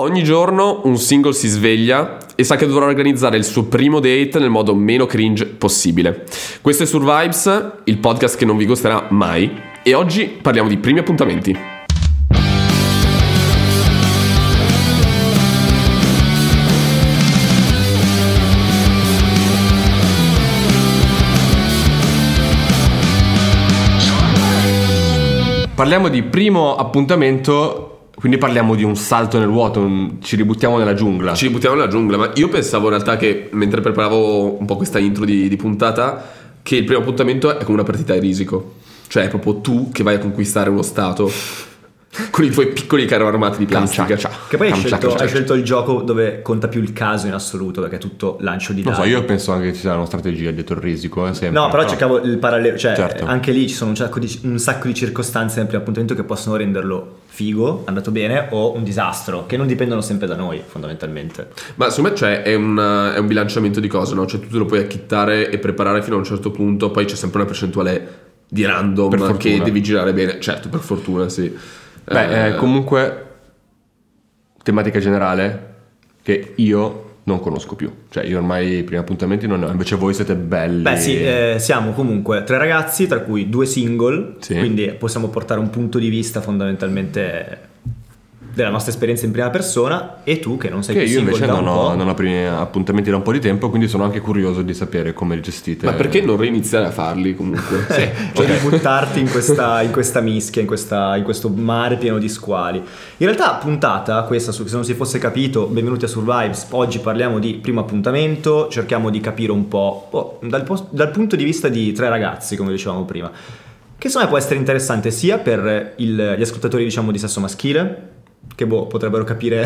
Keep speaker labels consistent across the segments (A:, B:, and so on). A: Ogni giorno un single si sveglia e sa che dovrà organizzare il suo primo date nel modo meno cringe possibile. Questo è Survives, il podcast che non vi costerà mai, e oggi parliamo di primi appuntamenti.
B: Parliamo di primo appuntamento, quindi parliamo di un salto nel vuoto, un- ci ributtiamo nella giungla.
A: Ci buttiamo nella giungla, ma io pensavo in realtà che mentre preparavo un po' questa intro di, di puntata, che il primo appuntamento è come una partita di risico. Cioè, è proprio tu che vai a conquistare uno stato con i tuoi piccoli carri armati di plastica.
B: Camciaccia.
C: Che poi hai
B: Camciaccia,
C: scelto, hai
B: camciaccia.
C: scelto il gioco dove conta più il caso in assoluto, perché è tutto lancio di
B: Non
C: dadi.
B: so, io penso anche che ci sia una strategia dietro il risico, eh, sempre.
C: No, però cercavo il parallelo, cioè
B: Certo.
C: anche lì ci sono un sacco, di, un sacco di circostanze nel primo appuntamento che possono renderlo figo, andato bene, o un disastro, che non dipendono sempre da noi fondamentalmente.
A: Ma secondo me cioè, è, un, è un bilanciamento di cose, no? Cioè tu te lo puoi acchittare e preparare fino a un certo punto, poi c'è sempre una percentuale di
B: Per
A: random
B: fortuna.
A: che devi girare bene. Certo, per fortuna, sì.
B: Beh,
A: Eh,
B: eh, comunque, tematica generale che io non conosco più. Cioè, io ormai i primi appuntamenti non ne ho, invece voi siete belli.
C: Beh sì, eh, siamo comunque tre ragazzi, tra cui due single,
B: Sì.
C: quindi possiamo portare un punto di vista fondamentalmente della nostra esperienza in prima persona, e tu che non sei
B: Che
C: più
B: io
C: single
B: invece
C: da un
B: non ho,
C: po'.
B: non ho primi appuntamenti da un po' di tempo, quindi sono anche curioso di sapere come li gestite.
A: ma perché non reiniziare a farli comunque? sì.
C: Cioè di buttarti in questa, in questa mischia, in, questa- in questo mare pieno di squali. In realtà, puntata questa, su- se non si fosse capito, benvenuti a Survives. Oggi parliamo di primo appuntamento, cerchiamo di capire un po', boh, dal, pos- dal punto di vista di tre ragazzi, come dicevamo prima, che secondo me può essere interessante sia per il- gli ascoltatori, diciamo, di sesso maschile. Che boh, potrebbero capire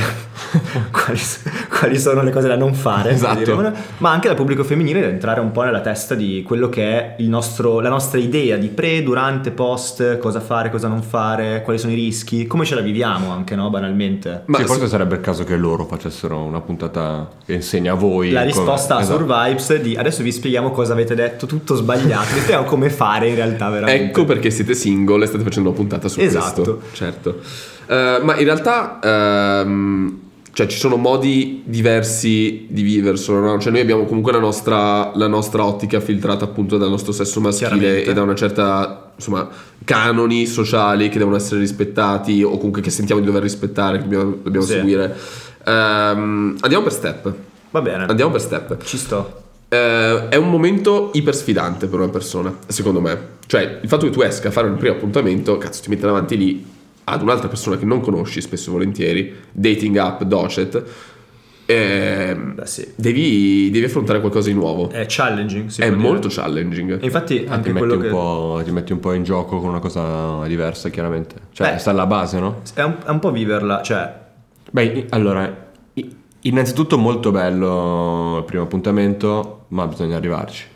C: quali, s- quali sono le cose da non fare,
B: Esatto.
C: diremmo, ma anche dal pubblico femminile da entrare un po' nella testa di quello che è il nostro- la nostra idea di pre, durante, post, cosa fare, cosa non fare, quali sono i rischi, come ce la viviamo anche, no? Banalmente.
A: Ma
B: Sì,
A: se-
B: forse sarebbe il caso che loro facessero una puntata che insegna a voi.
C: La
B: come-
C: risposta a
B: Esatto.
C: Survives di adesso vi spieghiamo cosa avete detto, tutto sbagliato, vi spieghiamo come fare in realtà veramente.
A: Ecco perché siete single e state facendo una puntata su
C: Esatto.
A: questo. Certo. Eh, ma in realtà ehm, cioè, ci sono modi diversi di viverselo, no? Cioè noi abbiamo comunque la nostra, la nostra ottica filtrata appunto dal nostro sesso maschile
C: Chiaramente.
A: e da una certa insomma canoni sociali che devono essere rispettati o comunque che sentiamo di dover rispettare, che dobbiamo, dobbiamo
C: Sì. Certo.
A: seguire. Ehm, andiamo per step.
C: Va bene,
A: Andiamo per step.
C: ci sto.
A: Eh, è un momento iper sfidante per una persona, secondo me. Cioè, il fatto che tu esca a fare un primo appuntamento, cazzo, ti metti davanti lì ad un'altra persona che non conosci spesso e volentieri, dating app, docet, ehm,
C: Beh sì,
A: devi, devi affrontare qualcosa di nuovo.
C: è challenging, si
A: è
C: può Eh, dire.
A: molto challenging.
C: E infatti
B: Ah, ti,
C: anche
B: metti
C: quello
B: un
C: che...
B: po', ti metti un po' in gioco con una cosa diversa, chiaramente. Cioè,
C: Beh.
B: sta alla base, no?
C: È un, è un po' viverla, cioè...
B: Beh, i- allora, i- innanzitutto molto bello il primo appuntamento, ma bisogna arrivarci.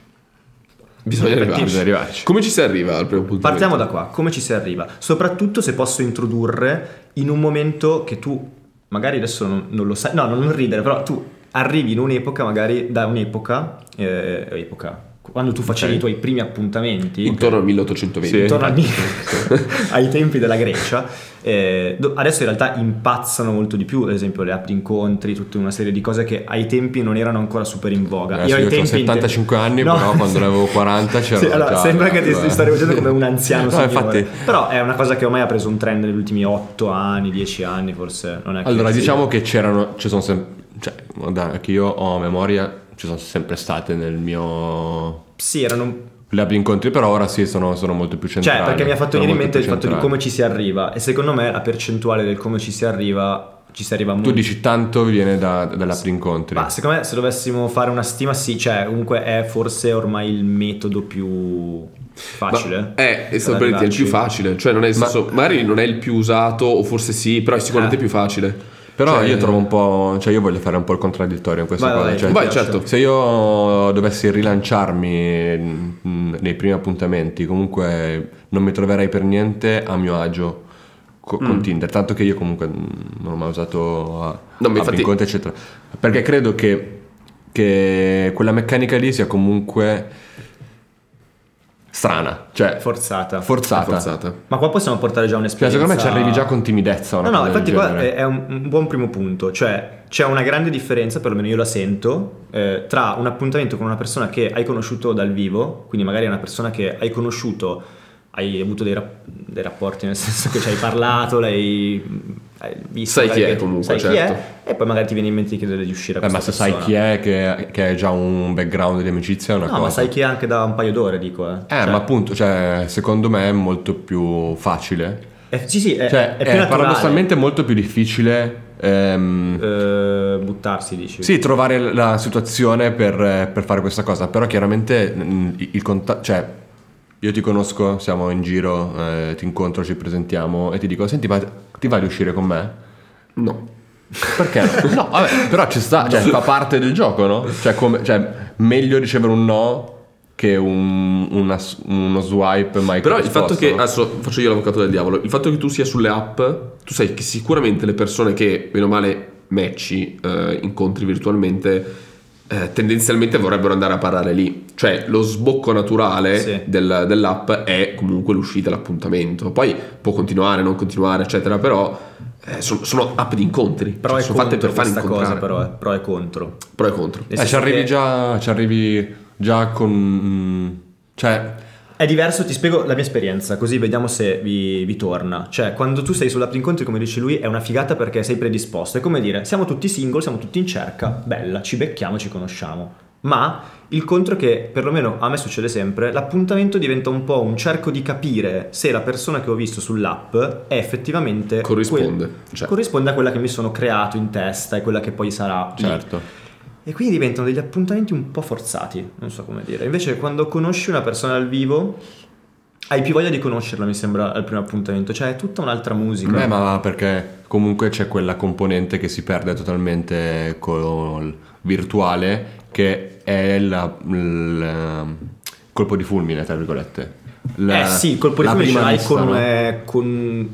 A: Bisogna
B: Bisogna
A: arrivarci.
B: arrivarci.
A: Come ci si arriva al primo appuntamento?
C: Partiamo da qua, come ci si arriva? Soprattutto se posso introdurre in un momento che tu, magari adesso non, non lo sai, no, non ridere, però tu arrivi in un'epoca, magari da un'epoca, eh, epoca, quando tu facevi
B: Ok.
C: i tuoi primi appuntamenti,
A: Intorno al 1820.
B: Sì.
C: intorno al- ai tempi della Grecia, eh, do- adesso in realtà impazzano molto di più, ad esempio le app di incontri, tutta una serie di cose che ai tempi non erano ancora super in voga.
B: Adesso
C: ai
B: Eh, io ho
C: tempi
B: 75 anni,
C: No.
B: però quando ne avevo 40 c'era
C: Sì, allora,
B: già-
C: sembra che ti
B: eh.
C: sti stai rivolgendo come un anziano
B: No,
C: signore.
B: infatti.
C: Però è una cosa che ormai ha preso un trend negli ultimi 8 anni, 10 anni, forse non è che-
B: Allora,
C: sì.
B: diciamo che c'erano, ci sono sempre, cioè, da, che io ho a memoria, ci sono sempre state nel mio...
C: Sì, erano
B: Le app di incontri, però ora sì, sono, sono molto più centrali.
C: Cioè, perché mi ha fatto
B: Sono
C: venire in
B: molto
C: mente il
B: più
C: fatto di
B: centrali.
C: come ci si arriva e secondo me la percentuale del come ci si arriva ci si arriva molto
B: Tu dici tanto viene da, dall'app di incontri.
C: Ma secondo me se dovessimo fare una stima sì, cioè comunque è forse ormai il metodo più facile. Cioè,
A: Ma- eh, è
C: per
A: stato per dire il
C: arrivarci.
A: più facile. Cioè, non è il
B: Ma-
A: senso- magari non è il più usato, o forse sì, però è sicuramente
C: Eh.
A: più facile.
B: Però
A: Cioè-
B: io trovo un po'. Cioè, io voglio fare un po' il contraddittorio in questa
C: Vai,
B: cosa.
C: vai,
B: cioè,
A: vai,
B: se-
A: certo.
B: Se io dovessi rilanciarmi mh, nei primi appuntamenti, comunque non mi troverei per niente a mio agio co-
C: Mm.
B: con Tinder. Tanto che io comunque mh, non ho mai usato a,
A: No, ma
B: app
A: infatti-
B: incontri, eccetera. Perché credo che, che quella meccanica lì sia comunque strana, cioè
C: Forzata.
B: forzata.
A: forzata.
C: Ma qua possiamo portare già
B: Cioè,
C: un'esperienza.
B: secondo me ci arrivi già con timidezza. o una
C: No, no,
B: cosa del
C: infatti qua
B: genere.
C: è è un, un buon primo punto, cioè c'è una grande differenza, perlomeno io la sento, eh, tra un appuntamento con una persona che hai conosciuto dal vivo, quindi magari è una persona che hai conosciuto, hai avuto dei, rap- dei rapporti, nel senso che ci hai parlato, l'hai hai visto.
A: Sai
C: magari
A: chi è
C: che-
A: comunque,
C: sai chi
A: certo.
C: è, e poi magari ti viene in mente di chiedere di uscire a
B: Beh, Eh, ma se
C: questa persona.
B: sai chi è, che, che hai già un background di amicizia, è una
C: No,
B: cosa.
C: ma sai chi è anche da un paio d'ore, dico. Eh,
B: Eh, ma appunto, cioè, secondo me è molto più facile.
C: Eh, sì, sì, è,
B: cioè,
C: è più naturale,
B: paradossalmente molto più difficile. ehm,
C: eh, buttarsi, dici.
B: Sì, trovare la situazione per, eh, per fare questa cosa, però chiaramente mm, il contatto, cioè io ti conosco, siamo in giro, eh, ti incontro, ci presentiamo e ti dico, senti ma ti vai di uscire con me?
A: No.
B: Perché? no? No, vabbè, però ci sta, cioè, fa parte del gioco, no? Cioè, come- cioè, meglio ricevere un no che un- una s- uno swipe mai
A: Però il fatto
B: corrisposto,
A: che,
B: no?
A: adesso faccio io l'avvocato del diavolo, il fatto che tu sia sulle app, tu sai che sicuramente le persone che, meno male, matchi, eh, incontri virtualmente, eh, tendenzialmente vorrebbero andare a parlare lì. Cioè lo sbocco naturale
C: Sì.
A: del- dell'app è comunque l'uscita, l'appuntamento. Poi può continuare, non continuare, eccetera, però eh, sono, sono app di incontri.
C: Però
A: Cioè,
C: è
A: sono fatte
C: contro
A: per fare
C: questa
A: incontrare.
C: cosa, però, eh, però è contro.
A: Pro e contro.
C: Nel
B: Eh, ci
C: senso
B: arrivi
C: che
B: già, ci arrivi già con... mm, cioè,
C: È diverso, ti spiego la mia esperienza, così vediamo se vi, vi torna. Cioè, quando tu sei sull'app di incontri, come dice lui, è una figata perché sei predisposto. È come dire, siamo tutti single, siamo tutti in cerca, bella, ci becchiamo, ci conosciamo. Ma il contro è che, perlomeno a me succede sempre, l'appuntamento diventa un po' un cerco di capire se la persona che ho visto sull'app è effettivamente...
A: Corrisponde,
C: quel-
A: cioè.
C: Corrisponde a quella che mi sono creato in testa e quella che poi sarà... lì.
B: certo.
C: E quindi diventano degli appuntamenti un po' forzati, non so come dire. Invece quando conosci una persona dal vivo hai più voglia di conoscerla, mi sembra, al primo appuntamento, cioè è tutta un'altra musica.
B: Beh, ma perché comunque c'è quella componente che si perde totalmente col virtuale, che è la- il colpo di fulmine, tra virgolette. La-
C: eh sì, il colpo di
B: la
C: fulmine ce
B: prima
C: l'hai
B: vista,
C: con,
B: no?
C: eh, con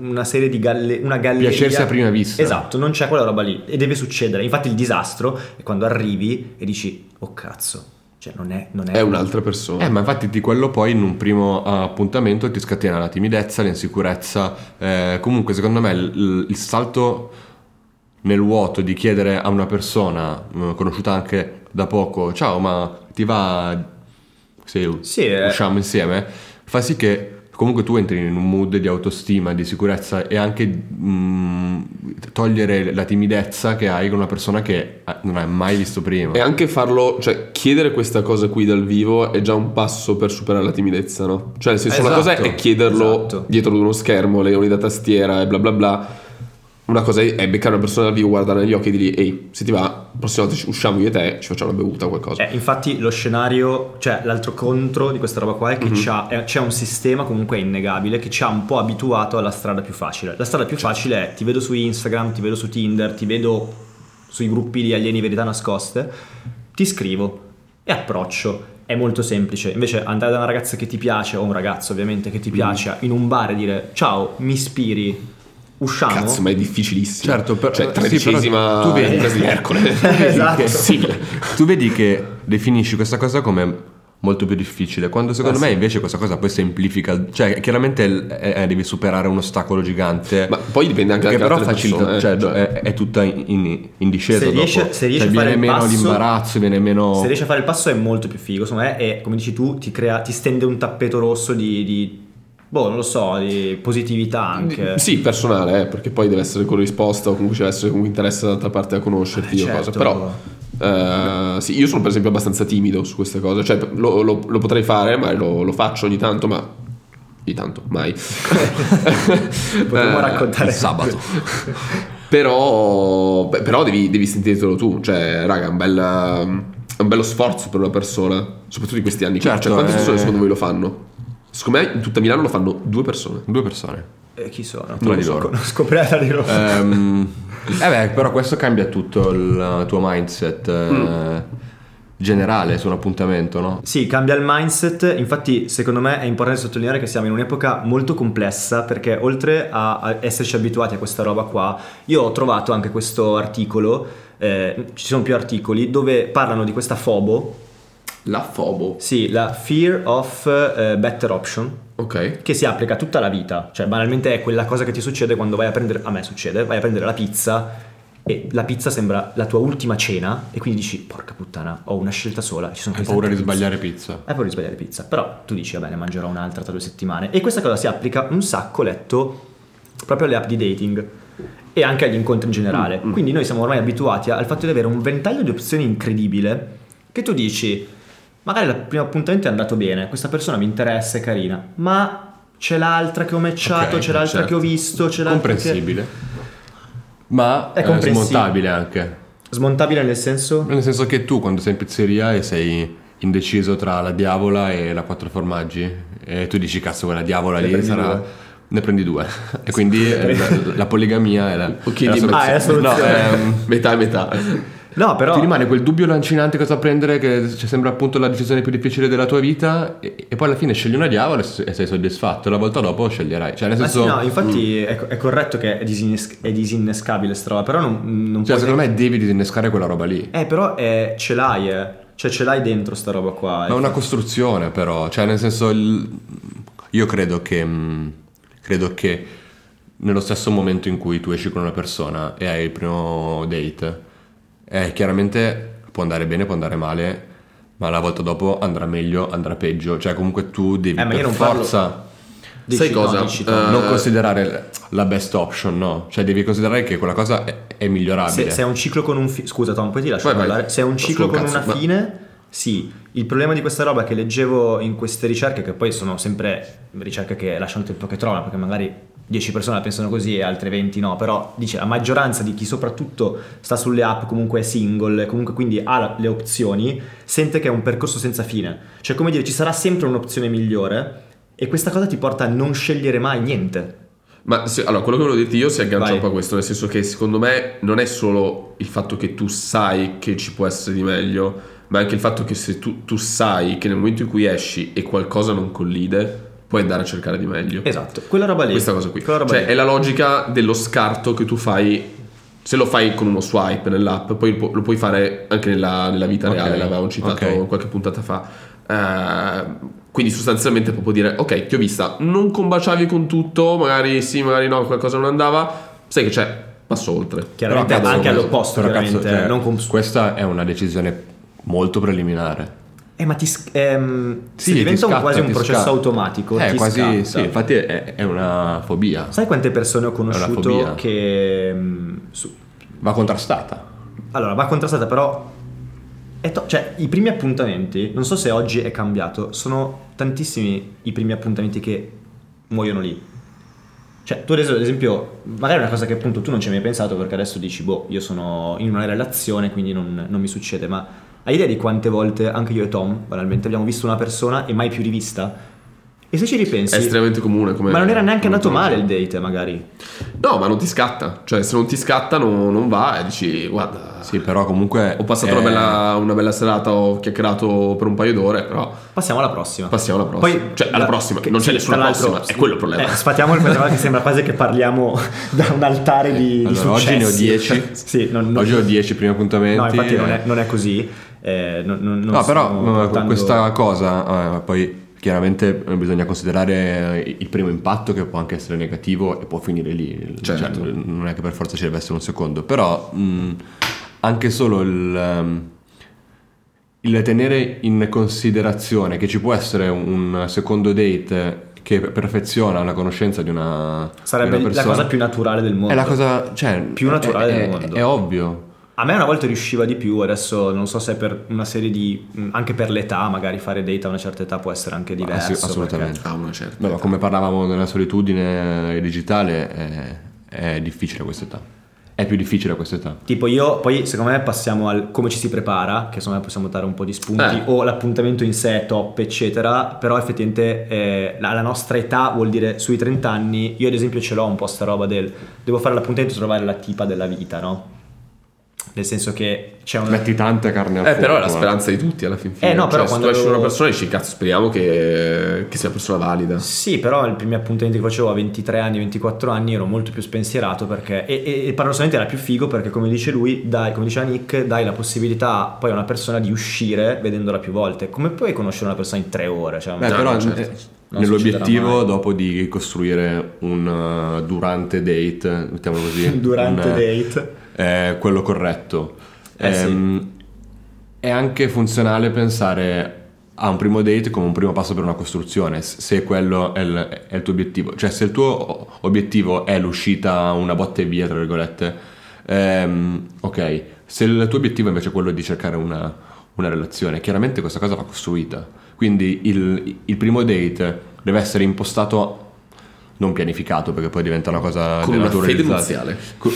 C: una serie di galle- una galleria.
B: Piacersi a prima vista.
C: Esatto, non c'è quella roba lì e deve succedere. Infatti il disastro è quando arrivi e dici, oh cazzo, cioè non è... Non è,
A: È un'altra persona.
B: Eh, ma infatti di quello poi in un primo eh, appuntamento ti scatena la timidezza, l'insicurezza. eh, comunque, secondo me, il, il salto nel vuoto di chiedere a una persona eh, conosciuta anche da poco, ciao, ma ti va se
C: Sì, eh.
B: usciamo insieme? Fa sì che comunque tu entri in un mood di autostima, di sicurezza e anche mm, togliere la timidezza che hai con una persona che eh, non hai mai visto prima.
A: E anche farlo, cioè chiedere questa cosa qui dal vivo è già un passo per superare la timidezza, no? Cioè, nel senso, una cosa
B: Esatto,
A: è chiederlo
C: esatto.
A: dietro ad uno schermo, le leoni da tastiera e bla bla bla. Una cosa è è beccare una persona dal vivo, guardare negli occhi e dirgli, ehi, se ti va, la prossima volta ci- usciamo io e te, ci facciamo una bevuta o qualcosa.
C: Eh, infatti lo scenario, cioè l'altro contro di questa roba qua è che
A: Mhm.
C: c'ha- eh, c'è un sistema comunque innegabile che ci ha un po' abituato alla strada più facile. La strada più
A: Certo.
C: facile è ti vedo su Instagram, ti vedo su Tinder, ti vedo sui gruppi di alieni verità nascoste, ti scrivo e approccio. È molto semplice. Invece andare da una ragazza che ti piace o un ragazzo ovviamente che ti
A: Mhm.
C: piace in un bar e dire ciao, mi ispiri, usciamo.
A: Cazzo, ma è difficilissimo.
B: Certo, però-
A: cioè,
B: sì, però
A: tredicesima
B: tu vedi-
A: impresa di Ercole.
C: Esatto.
A: Che sigla.
B: tu vedi che definisci questa cosa come molto più difficile, quando
A: Ah,
B: secondo me invece questa cosa poi semplifica, cioè chiaramente l- eh, eh, devi superare un ostacolo gigante.
A: Ma poi dipende anche
B: che
A: dalle
B: però
A: altre
B: facilita,
A: persone, eh,
B: cioè,
A: cioè.
B: È, è tutta in, in discesa.
C: Se riesce-
B: dopo.
C: se riesce
B: Cioè,
C: a fare
B: viene
C: il
B: meno
C: passo-
B: l'imbarazzo, viene meno...
C: Se riesci a fare il passo è molto più figo, secondo me, e come dici tu, ti, crea, ti stende un tappeto rosso di, di- boh, non lo so, di positività anche.
A: Sì, personale, eh, perché poi deve essere corrisposta o comunque ci deve essere comunque interesse dall'altra parte a conoscerti o
C: Vabbè, certo.
A: cosa. Però eh, sì, io sono per esempio abbastanza timido su queste cose, cioè lo, lo- lo potrei fare, ma lo, lo faccio ogni tanto, ma ogni tanto, mai.
C: Potremmo
A: Eh,
C: raccontare
B: il sabato.
A: Però, beh, però devi, devi sentirtelo tu, cioè raga, è un, bel, è un bello sforzo per una persona, soprattutto in questi anni. qua.
B: Certo,
A: cioè, quante
B: eh.
A: persone secondo voi lo fanno? Secondo me in tutta Milano lo fanno due persone.
B: Due persone.
C: Eh, chi sono?
B: Tra
C: Non
B: di
C: so,
B: loro.
C: non scoprirà tra di loro.
B: Ehm, eh beh, però questo cambia tutto il uh, tuo mindset eh,
A: Mm.
B: generale su un appuntamento, no?
C: Sì, cambia il mindset, infatti secondo me è importante sottolineare che siamo in un'epoca molto complessa perché oltre a a esserci abituati a questa roba qua, io ho trovato anche questo articolo, eh, ci sono più articoli, dove parlano di questa fobo
A: La fobo.
C: Sì, la fear of eh, better option.
A: Ok.
C: che si applica tutta la vita. Cioè, banalmente è quella cosa che ti succede quando vai a prendere. A me succede, vai a prendere la pizza. E la pizza sembra la tua ultima cena, e quindi dici: Porca puttana, ho una scelta sola. Ci sono
B: Hai
C: queste
B: paura di
C: altre pizze."
B: sbagliare pizza.
C: Hai paura di sbagliare pizza. Però tu dici: Vabbè, ne mangerò un'altra tra due settimane. E questa cosa si applica un sacco, ho letto, proprio alle app di dating e anche agli incontri in generale.
B: Mm,
C: Quindi noi siamo ormai abituati al fatto di avere un ventaglio di opzioni incredibile che tu dici, magari il primo appuntamento è andato bene, questa persona mi interessa, è carina, ma c'è l'altra che ho matchato,
B: Ok,
C: c'è l'altra
B: certo.
C: che ho visto, c'è l'altra che...
B: Comprensibile. Ma
C: È
B: è
C: comprensibile.
B: smontabile anche.
C: Smontabile nel senso?
B: Nel senso che tu quando sei in pizzeria e sei indeciso tra la diavola e la quattro formaggi e tu dici cazzo quella diavola
C: Ne
B: lì
C: prendi
B: sarà...
C: due.
B: Ne prendi due. E quindi eh, la, la poligamia è la,
A: Ok,
B: è la
A: dimmi.
B: soluzione.
C: Ah, è la soluzione.
B: No, ehm,
A: Metà e metà.
C: No, però...
B: Ti rimane quel dubbio lancinante cosa prendere che ci sembra appunto la decisione più difficile della tua vita e, e poi alla fine scegli una diavola e s- e sei soddisfatto e la volta dopo sceglierai. Cioè nel
C: Ma sì,
B: senso... Mm.
C: no, infatti è, co- è corretto che è, disinnes- è disinnescabile sta roba, però non, non
B: cioè,
C: puoi...
B: secondo me devi disinnescare quella roba lì.
C: Eh, però è- ce l'hai, eh. Cioè ce l'hai dentro sta roba qua. eh.
B: Ma è una costruzione, però. Cioè, nel senso, il- io credo che. mh, credo che nello stesso momento in cui tu esci con una persona e hai il primo date, eh, chiaramente può andare bene, può andare male, ma la volta dopo andrà meglio, andrà peggio. Cioè, comunque tu devi
C: Eh, ma io
B: per
C: non parlo-
B: forza.
C: Dici
A: Sai
C: no,
A: cosa?
C: dici no.
A: Eh,
B: Non considerare la best option, no? Cioè, devi considerare che quella cosa è, è migliorabile.
C: se, se è un ciclo con un fi- scusa Tom poi ti lascio
A: Vai, vai.
C: parlare se è un ciclo
A: Sul
C: con
A: cazzo,
C: una
A: ma-
C: fine sì il problema di questa roba che leggevo in queste ricerche che poi sono sempre ricerche che lasciano il tempo che trovano perché magari 10 persone la pensano così e altre 20 no però dice la maggioranza di chi soprattutto sta sulle app comunque è single comunque quindi ha la- le opzioni sente che è un percorso senza fine cioè come dire ci sarà sempre un'opzione migliore e questa cosa ti porta a non scegliere mai niente
A: Ma se- allora, quello che volevo dirti io si aggancia
C: Vai.
A: un po' a questo, nel senso che secondo me non è solo il fatto che tu sai che ci può essere di meglio, ma anche il fatto che se tu, tu sai che nel momento in cui esci e qualcosa non collide, puoi andare a cercare di meglio.
C: esatto quella roba lì
A: Questa cosa qui.
C: quella roba
A: Cioè,
C: lì.
A: è la logica dello scarto che tu fai. Se lo fai con uno swipe nell'app, poi pu- lo puoi fare anche nella, nella vita
B: Ok,
A: reale, l'avevamo citato
B: ok.
A: qualche puntata fa. Eh, quindi sostanzialmente proprio dire, ok, ti ho vista, non combaciavi con tutto, magari sì, magari no, qualcosa non andava, sai che c'è, passo oltre.
C: Chiaramente
B: Però, cazzo,
C: anche
B: questo-
C: all'opposto,
B: però, cazzo,
C: chiaramente,
B: cioè,
C: non con-
B: Questa è una decisione molto preliminare.
C: Eh, ma ti. sc- ehm, sì,
B: ti
C: diventa un-
B: scatta,
C: quasi un
B: ti
C: processo
B: scatta.
C: automatico.
B: Eh,
C: ti
B: quasi
C: scatta.
B: sì, infatti è, è una fobia,
C: Sai quante persone ho conosciuto
B: fobia.
C: che. ehm, su-
B: va contrastata.
C: Allora, va contrastata, però. è to- cioè, i primi appuntamenti, non so se oggi è cambiato, sono tantissimi i primi appuntamenti che muoiono lì. Cioè, tu adesso, ad esempio, magari è una cosa che appunto tu non ci hai mai pensato perché adesso dici, boh, io sono in una relazione, quindi non, non mi succede, ma hai idea di quante volte anche io e Tom, banalmente, abbiamo visto una persona e mai più rivista? E se ci
A: È
C: ripensi,
A: estremamente comune come...
C: ma non era neanche
A: come
C: andato
A: cosa.
C: male il date, magari.
A: No, ma non ti scatta. Cioè, se non ti scatta no- non va e dici, guarda,
B: Sì, però comunque
A: ho passato
B: è-
A: una, bella, una bella serata, ho chiacchierato per un paio d'ore, però...
C: Passiamo alla prossima.
A: Passiamo alla prossima. Cioè, alla
C: la-
A: prossima,
C: che-
A: non c'è
C: sì,
A: nessuna
C: tra l'altro-
A: prossima, è quello il problema.
C: Eh, sfatiamo il problema che sembra quasi che parliamo da un altare di, di
B: allora, oggi ne ho
C: successi.
B: 10.
C: sì, non, non-
B: Oggi ho 10 primi appuntamenti.
C: No, infatti non è,
B: eh.
C: non è così. eh, non- non- non
B: No, però
C: stiamo
B: eh,
C: portando-
B: questa cosa eh, poi chiaramente eh, bisogna considerare eh, il primo impatto che può anche essere negativo e può finire lì.
A: Certo.
B: Cioè, non è che per forza ci deve essere un secondo, però mh, anche solo il, ehm, il tenere in considerazione che ci può essere un secondo date che perfeziona la conoscenza di una, di
C: Sarebbe
B: una
C: la
B: persona
C: cosa più naturale del mondo.
B: è la cosa cioè,
C: più naturale
B: è-
C: del
B: è-
C: mondo.
B: È ovvio.
C: A me una volta riusciva di più, adesso non so se per una serie di. mh, anche per l'età, magari fare date a una certa età può essere anche diverso.
B: assu- Ah, assolutamente.
A: Ah, una certa.
B: No, ma come parlavamo della solitudine digitale, è, è difficile a quest'età. È più difficile a quest'età.
C: Tipo io, poi secondo me passiamo al come ci si prepara, che secondo me possiamo dare un po' di spunti,
A: Eh.
C: o l'appuntamento in sé è top, eccetera, però effettivamente eh, la, la nostra età vuol dire sui 30 anni, io ad esempio ce l'ho un po' sta roba del devo fare l'appuntamento e trovare la tipa della vita, no? Nel senso che c'è una...
B: Metti tanta carne al
A: Eh,
B: fuoco.
A: però è la
B: eh.
A: speranza di tutti alla fin fine.
C: Eh, no,
A: Cioè,
C: però
A: se
C: quando-
A: tu esci con una persona e dici, cazzo, speriamo che, che sia una persona valida.
C: Sì, però il primo appuntamento che facevo a 23 anni, 24 anni ero molto più spensierato perché, e, e, e paradossalmente era più figo perché come dice lui, dai, come diceva Nick, dai la possibilità poi a una persona di uscire vedendola più volte. Come puoi conoscere una persona in tre ore? Cioè,
B: Beh,
C: no,
B: però
C: no, certo.
B: eh,
C: Non
B: nell'obiettivo
C: succederà
B: dopo di costruire un eh, durante date, mettiamolo
C: mai.
B: così,
C: Durante
B: un, eh,
C: date.
B: eh, quello corretto.
C: Eh, sì.
B: Ehm, È anche funzionale pensare a un primo date come un primo passo per una costruzione, s- se quello è il, è il tuo obiettivo. Cioè se il tuo o- obiettivo è l'uscita, una botte e via, tra virgolette, ehm, ok. Se il tuo obiettivo invece è quello di cercare una, una relazione, chiaramente questa cosa va costruita. Quindi il, il primo date deve essere impostato, non pianificato, perché poi diventa una cosa
A: Con una fede
B: denaturalizzata.
A: nuziale.
B: Co-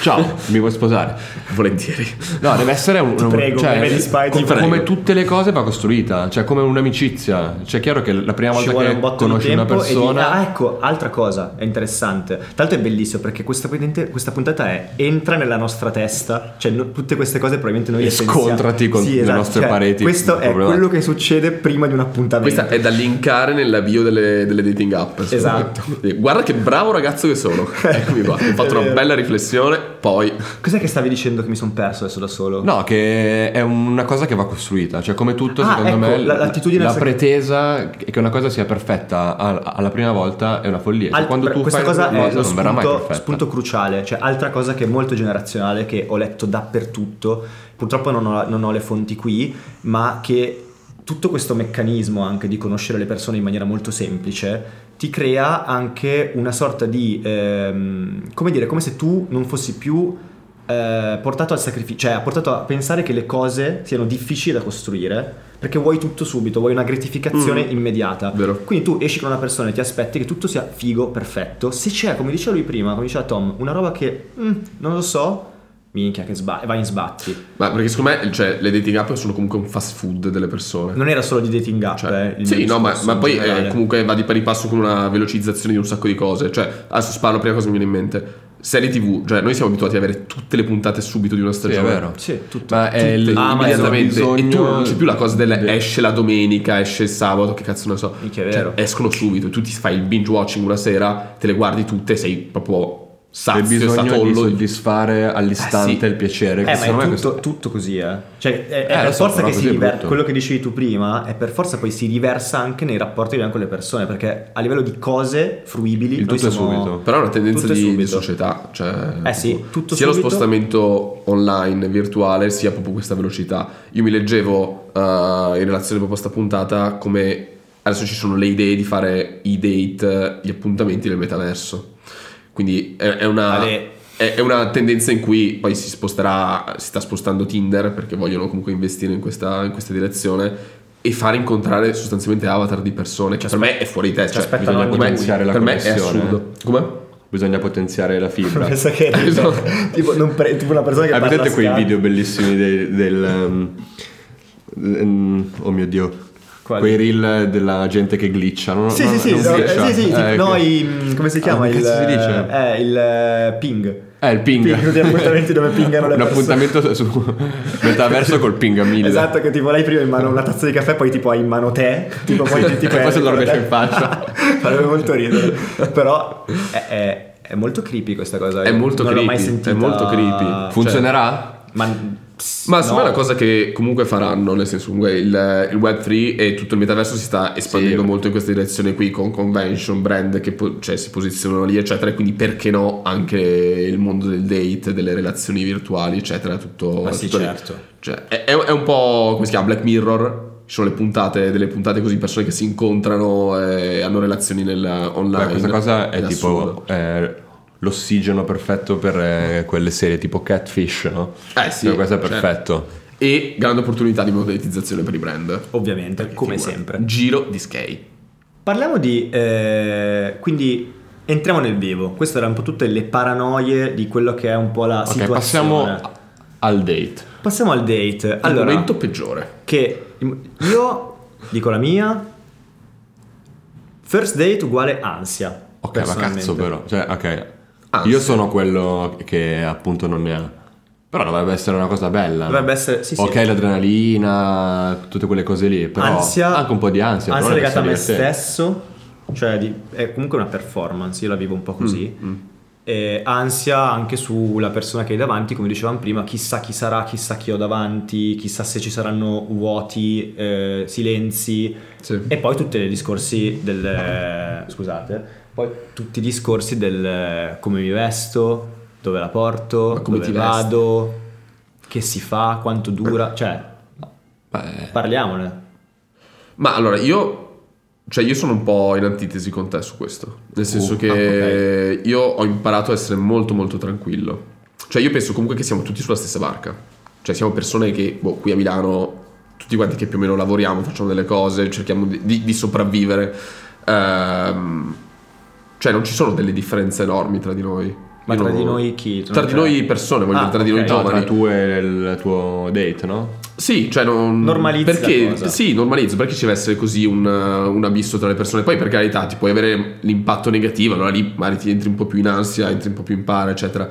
B: Ciao, mi vuoi sposare?
A: Volentieri.
B: No, deve essere un,
C: Ti
B: un-
C: prego,
B: cioè,
C: come di Spy, ti
B: co-
C: prego.
B: come tutte le cose va costruita, cioè come un'amicizia. Cioè, è chiaro che la prima
C: Ci
B: volta
C: vuole un
B: che
C: botto
B: conosci
C: di
B: una
C: tempo e di-
B: persona
C: Ah, ecco, altra cosa è interessante. Tanto è bellissimo perché questa, puntata- questa puntata è entra nella nostra testa, cioè no- tutte queste cose probabilmente noi
B: E
C: le pensiamo.
B: scontrati con le nostre pareti
C: cioè, Questo è
B: problematiche.
C: quello che succede prima di un appuntamento.
A: Questa è da linkare nell'avvio delle, delle dating app. secondo
C: Esatto.
A: me. Guarda che bravo ragazzo che sono. Eccomi qua. Ho
C: È
A: fatto una
C: vero.
A: bella riflessione, poi...
C: Cos'è che stavi dicendo che mi sono perso adesso da solo?
B: No, che è una cosa che va costruita, cioè come tutto
C: Ah,
B: secondo
C: ecco,
B: me
C: la- l'attitudine
B: la
C: al sac-
B: pretesa che una cosa sia perfetta al- alla prima volta è una follia. Cioè,
C: Alt-
B: quando
C: bra-
B: tu
C: questa
B: fai
C: cosa
B: una
C: è lo
B: non verrà mai
C: spunto,
B: perfetta.
C: spunto cruciale, cioè altra cosa che è molto generazionale, che ho letto dappertutto, purtroppo non ho, non ho le fonti qui, ma che tutto questo meccanismo anche di conoscere le persone in maniera molto semplice ti crea anche una sorta di, ehm, come dire, come se tu non fossi più eh, portato al sacrificio, cioè portato a pensare che le cose siano difficili da costruire. Perché vuoi tutto subito, vuoi una gratificazione
A: Mm.
C: immediata.
A: Vero.
C: Quindi tu esci con una persona e ti aspetti che tutto sia figo, perfetto. Se c'è, come diceva lui prima, come diceva Tom, una roba che mm, non lo so, minchia che sba- vai in sbatti.
A: Ma perché secondo me cioè, le dating app sono comunque un fast food delle persone.
C: Non era solo di dating app,
A: Cioè,
C: eh, il
A: sì,
C: mio
A: no, ma,
C: discorso
A: ma
C: in
A: poi eh,
C: generale.
A: comunque va di pari passo con una velocizzazione di un sacco di cose. Cioè, adesso sparo la prima cosa che mi viene in mente. Serie TV, cioè noi siamo abituati ad avere tutte le puntate subito di una stagione.
B: è vero.
C: Sì, Eh, tutto.
B: Ma è
A: Tutte,
B: il-
C: Amazon,
A: immediatamente.
B: bisogno-
A: E tu non c'è più la cosa del
C: "Eh,
B: de-
A: esce la domenica, esce il sabato, che cazzo ne so.
C: Minchia, è vero.
A: Cioè, escono subito, tu ti fai il binge watching una sera, te le guardi tutte, sei proprio
B: del
A: sazio,
B: bisogno di
A: satollo.
B: soddisfare all'istante
A: Eh, sì.
B: il piacere. che
C: Eh, ma
B: secondo
C: è
B: me
C: tutto,
B: questo-
C: tutto così, eh. Cioè, è, è
B: Eh,
C: per
B: lo so,
C: forza
B: però
C: che
B: così
C: si
B: è
C: diver-
B: brutto.
C: Quello che dicevi tu prima è per forza poi si riversa anche nei rapporti che abbiamo con le persone. Perché a livello di cose fruibili,
B: Il
C: noi
B: tutto è
C: siamo-
B: subito.
A: Però è una tendenza
C: Tutto è
A: di, di
C: subito.
A: società, cioè
C: Eh sì, tutto
A: sia
C: subito.
A: lo spostamento online, virtuale, sia proprio questa velocità. Io mi leggevo eh, in relazione proprio a questa puntata come adesso ci sono le idee di fare i date, gli appuntamenti nel metaverso. Quindi è, è una...
C: Ale.
B: Ah.
A: È è una tendenza in cui poi si sposterà, si sta spostando Tinder perché vogliono comunque investire in questa, in questa direzione e far incontrare sostanzialmente avatar di persone, che per me è fuori di testa. Cioè,
C: aspettano
A: bisogna
C: anche
B: lui.
A: per me è
B: connessione.
A: assurdo. Come?
B: Bisogna potenziare la fibra.
C: Pensa che
A: Esatto.
C: tipo, non pre- tipo una persona che
B: Hai
C: parla
B: vedete quei
C: scarso.
B: video bellissimi dei- del... um, um, oh mio Dio.
C: Quali?
B: Quei reel della gente che glitcha. No,
C: Sì,
B: no,
C: sì, sì,
B: non
C: no, eh,
B: glitcha.
C: sì, sì,
B: Eh,
C: no,
B: che-
C: i- mh, come si chiama?
B: Ah, che
C: il,
B: cazzo si dice?
C: Eh, il eh, ping.
B: Eh, il ping.
C: Ping, tutti gli appuntamenti dove pingano le
B: Un
C: persone.
B: appuntamento su metaverso col ping a mille.
C: Esatto, che tipo lei prima in mano una tazza di caffè, poi tipo hai in mano te, tipo poi ti tipo
B: E poi se lo rovescia in faccia.
C: Cioè, Farebbe molto ridere. Però è, è- è molto creepy questa cosa.
A: È
C: io
A: molto
C: non l'ho mai
A: creepy, è
C: sentita. Cioè,
A: molto creepy.
B: Funzionerà?
C: Ma,
A: Ma secondo me è
C: no.
A: una cosa che comunque faranno, nel senso comunque il, il Web3 e tutto il metaverso si sta espandendo
B: Sì.
A: molto in questa direzione qui con convention, brand che po- cioè, si posizionano lì eccetera e quindi perché no anche il mondo del date, delle relazioni virtuali eccetera, tutto...
C: Ma sì,
A: tutto lì.
C: certo.
A: Cioè, è, è- è un po' come si chiama Black Mirror, ci sono le puntate, delle puntate così, persone che si incontrano e hanno relazioni nel, online.
B: Beh, questa cosa è,
A: Ed assurdo.
B: tipo eh, l'ossigeno perfetto per eh, quelle serie tipo Catfish, no?
A: Eh sì,
B: Cioè, questo è
A: certo.
B: perfetto.
A: E grande opportunità di monetizzazione per i brand.
C: Ovviamente, come
A: Figurati.
C: sempre.
A: Giro di skate.
C: Parliamo di... eh, quindi entriamo nel vivo. Queste erano un po' tutte le paranoie di quello che è un po' la
B: Ok,
C: situazione.
B: passiamo a- al date.
C: Passiamo al date.
A: Al
C: Allora,
A: momento peggiore.
C: che io dico la mia. First date uguale ansia.
B: Ok, ma
C: personalmente. Ah,
B: cazzo però. Cioè, ok.
A: Anzi.
B: Io sono quello che appunto non ne ha. Però dovrebbe essere una cosa bella. no?
C: Dovrebbe essere- sì, sì.
B: Ok, l'adrenalina, tutte quelle cose lì. Però
C: ansia,
B: anche un po' di ansia. però
C: ansia
B: deve
C: legata a me
B: essere divertente.
C: stesso, cioè di- è comunque una performance, io la vivo un po' così. E ansia anche sulla persona che hai davanti, come dicevamo prima, chissà chi sarà, chissà chi ho davanti, chissà se ci saranno vuoti, eh, silenzi
A: Sì.
C: e poi tutti i discorsi del scusate, poi tutti i discorsi del come mi vesto, dove la porto,
A: Ma come
C: dove
A: ti vesti?
C: vado, che si fa, quanto dura, cioè
B: Beh,
C: parliamone.
A: Ma allora io. Cioè, io sono un po' in antitesi con te su questo. Nel
C: Oh,
A: senso
B: ah,
A: che io ho imparato a essere molto, molto tranquillo. Cioè, io penso comunque che siamo tutti sulla stessa barca. Cioè, siamo persone che, boh, qui a Milano, tutti quanti che più o meno lavoriamo, facciamo delle cose, cerchiamo di, di- di sopravvivere. Ehm, cioè, non ci sono delle differenze enormi tra di noi.
C: Ma
A: Io
C: tra
A: non-
C: di noi chi?
A: Tra di noi persone, voglio
C: Ah,
A: dire, tra di noi
C: ok.
B: no, tra
A: giovani.
B: tu e il tuo date, no?
A: Sì, cioè non...
C: Normalizza
A: perché,
C: la cosa.
A: Sì, normalizza, perché ci deve essere così un, uh, un abisso tra le persone. Poi per carità ti puoi avere l'impatto negativo, allora lì magari ti entri un po' più in ansia, entri un po' più in pare, eccetera.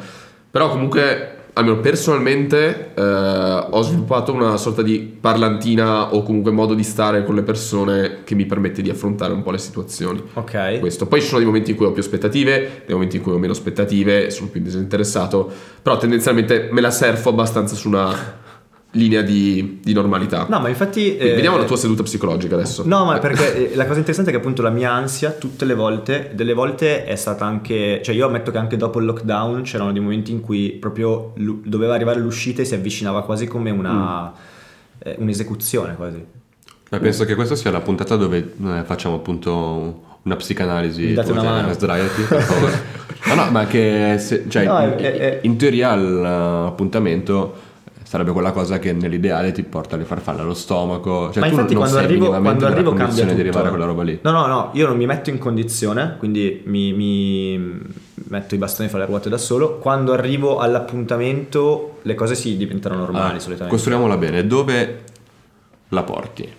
A: Però comunque, almeno personalmente, eh, ho sviluppato una sorta di parlantina o comunque modo di stare con le persone che mi permette di affrontare un po' le situazioni
C: Ok.
A: questo. Poi ci sono dei momenti in cui ho più aspettative, dei momenti in cui ho meno aspettative, sono più disinteressato, però tendenzialmente me la surfo abbastanza su una linea di, di normalità.
C: No, ma infatti. eh,
A: Vediamo la tua seduta psicologica adesso.
C: No, ma perché eh, la cosa interessante è che appunto la mia ansia tutte le volte, delle volte è stata anche, cioè io ammetto che anche dopo il lockdown c'erano dei momenti in cui proprio lu- doveva arrivare l'uscita e si avvicinava quasi come
A: Mm.
C: una eh, un'esecuzione quasi.
B: Ma penso che questa sia la puntata dove eh, facciamo appunto una psicanalisi.
C: Mi date
B: Tu,
C: una
B: Gianna,
C: mano.
B: Sdraiati, per favore. no, no, ma che se- cioè,
C: No,
B: in,
C: è- è-
B: in teoria l'appuntamento sarebbe quella cosa che nell'ideale ti porta le farfalle allo stomaco. Cioè,
C: ma
B: tu
C: infatti
B: non
C: quando
B: sei
C: arrivo,
B: minimamente
C: quando arrivo
B: nella
C: cambia
B: condizione
C: tutto.
B: di arrivare a quella roba lì.
C: No, no, no, io non mi metto in condizione, quindi mi, mi metto i bastoni fra le ruote da solo. Quando arrivo all'appuntamento le cose si diventano normali
A: Ah,
B: Allora,
C: solitamente.
B: Ah, Costruiamola bene, dove la porti?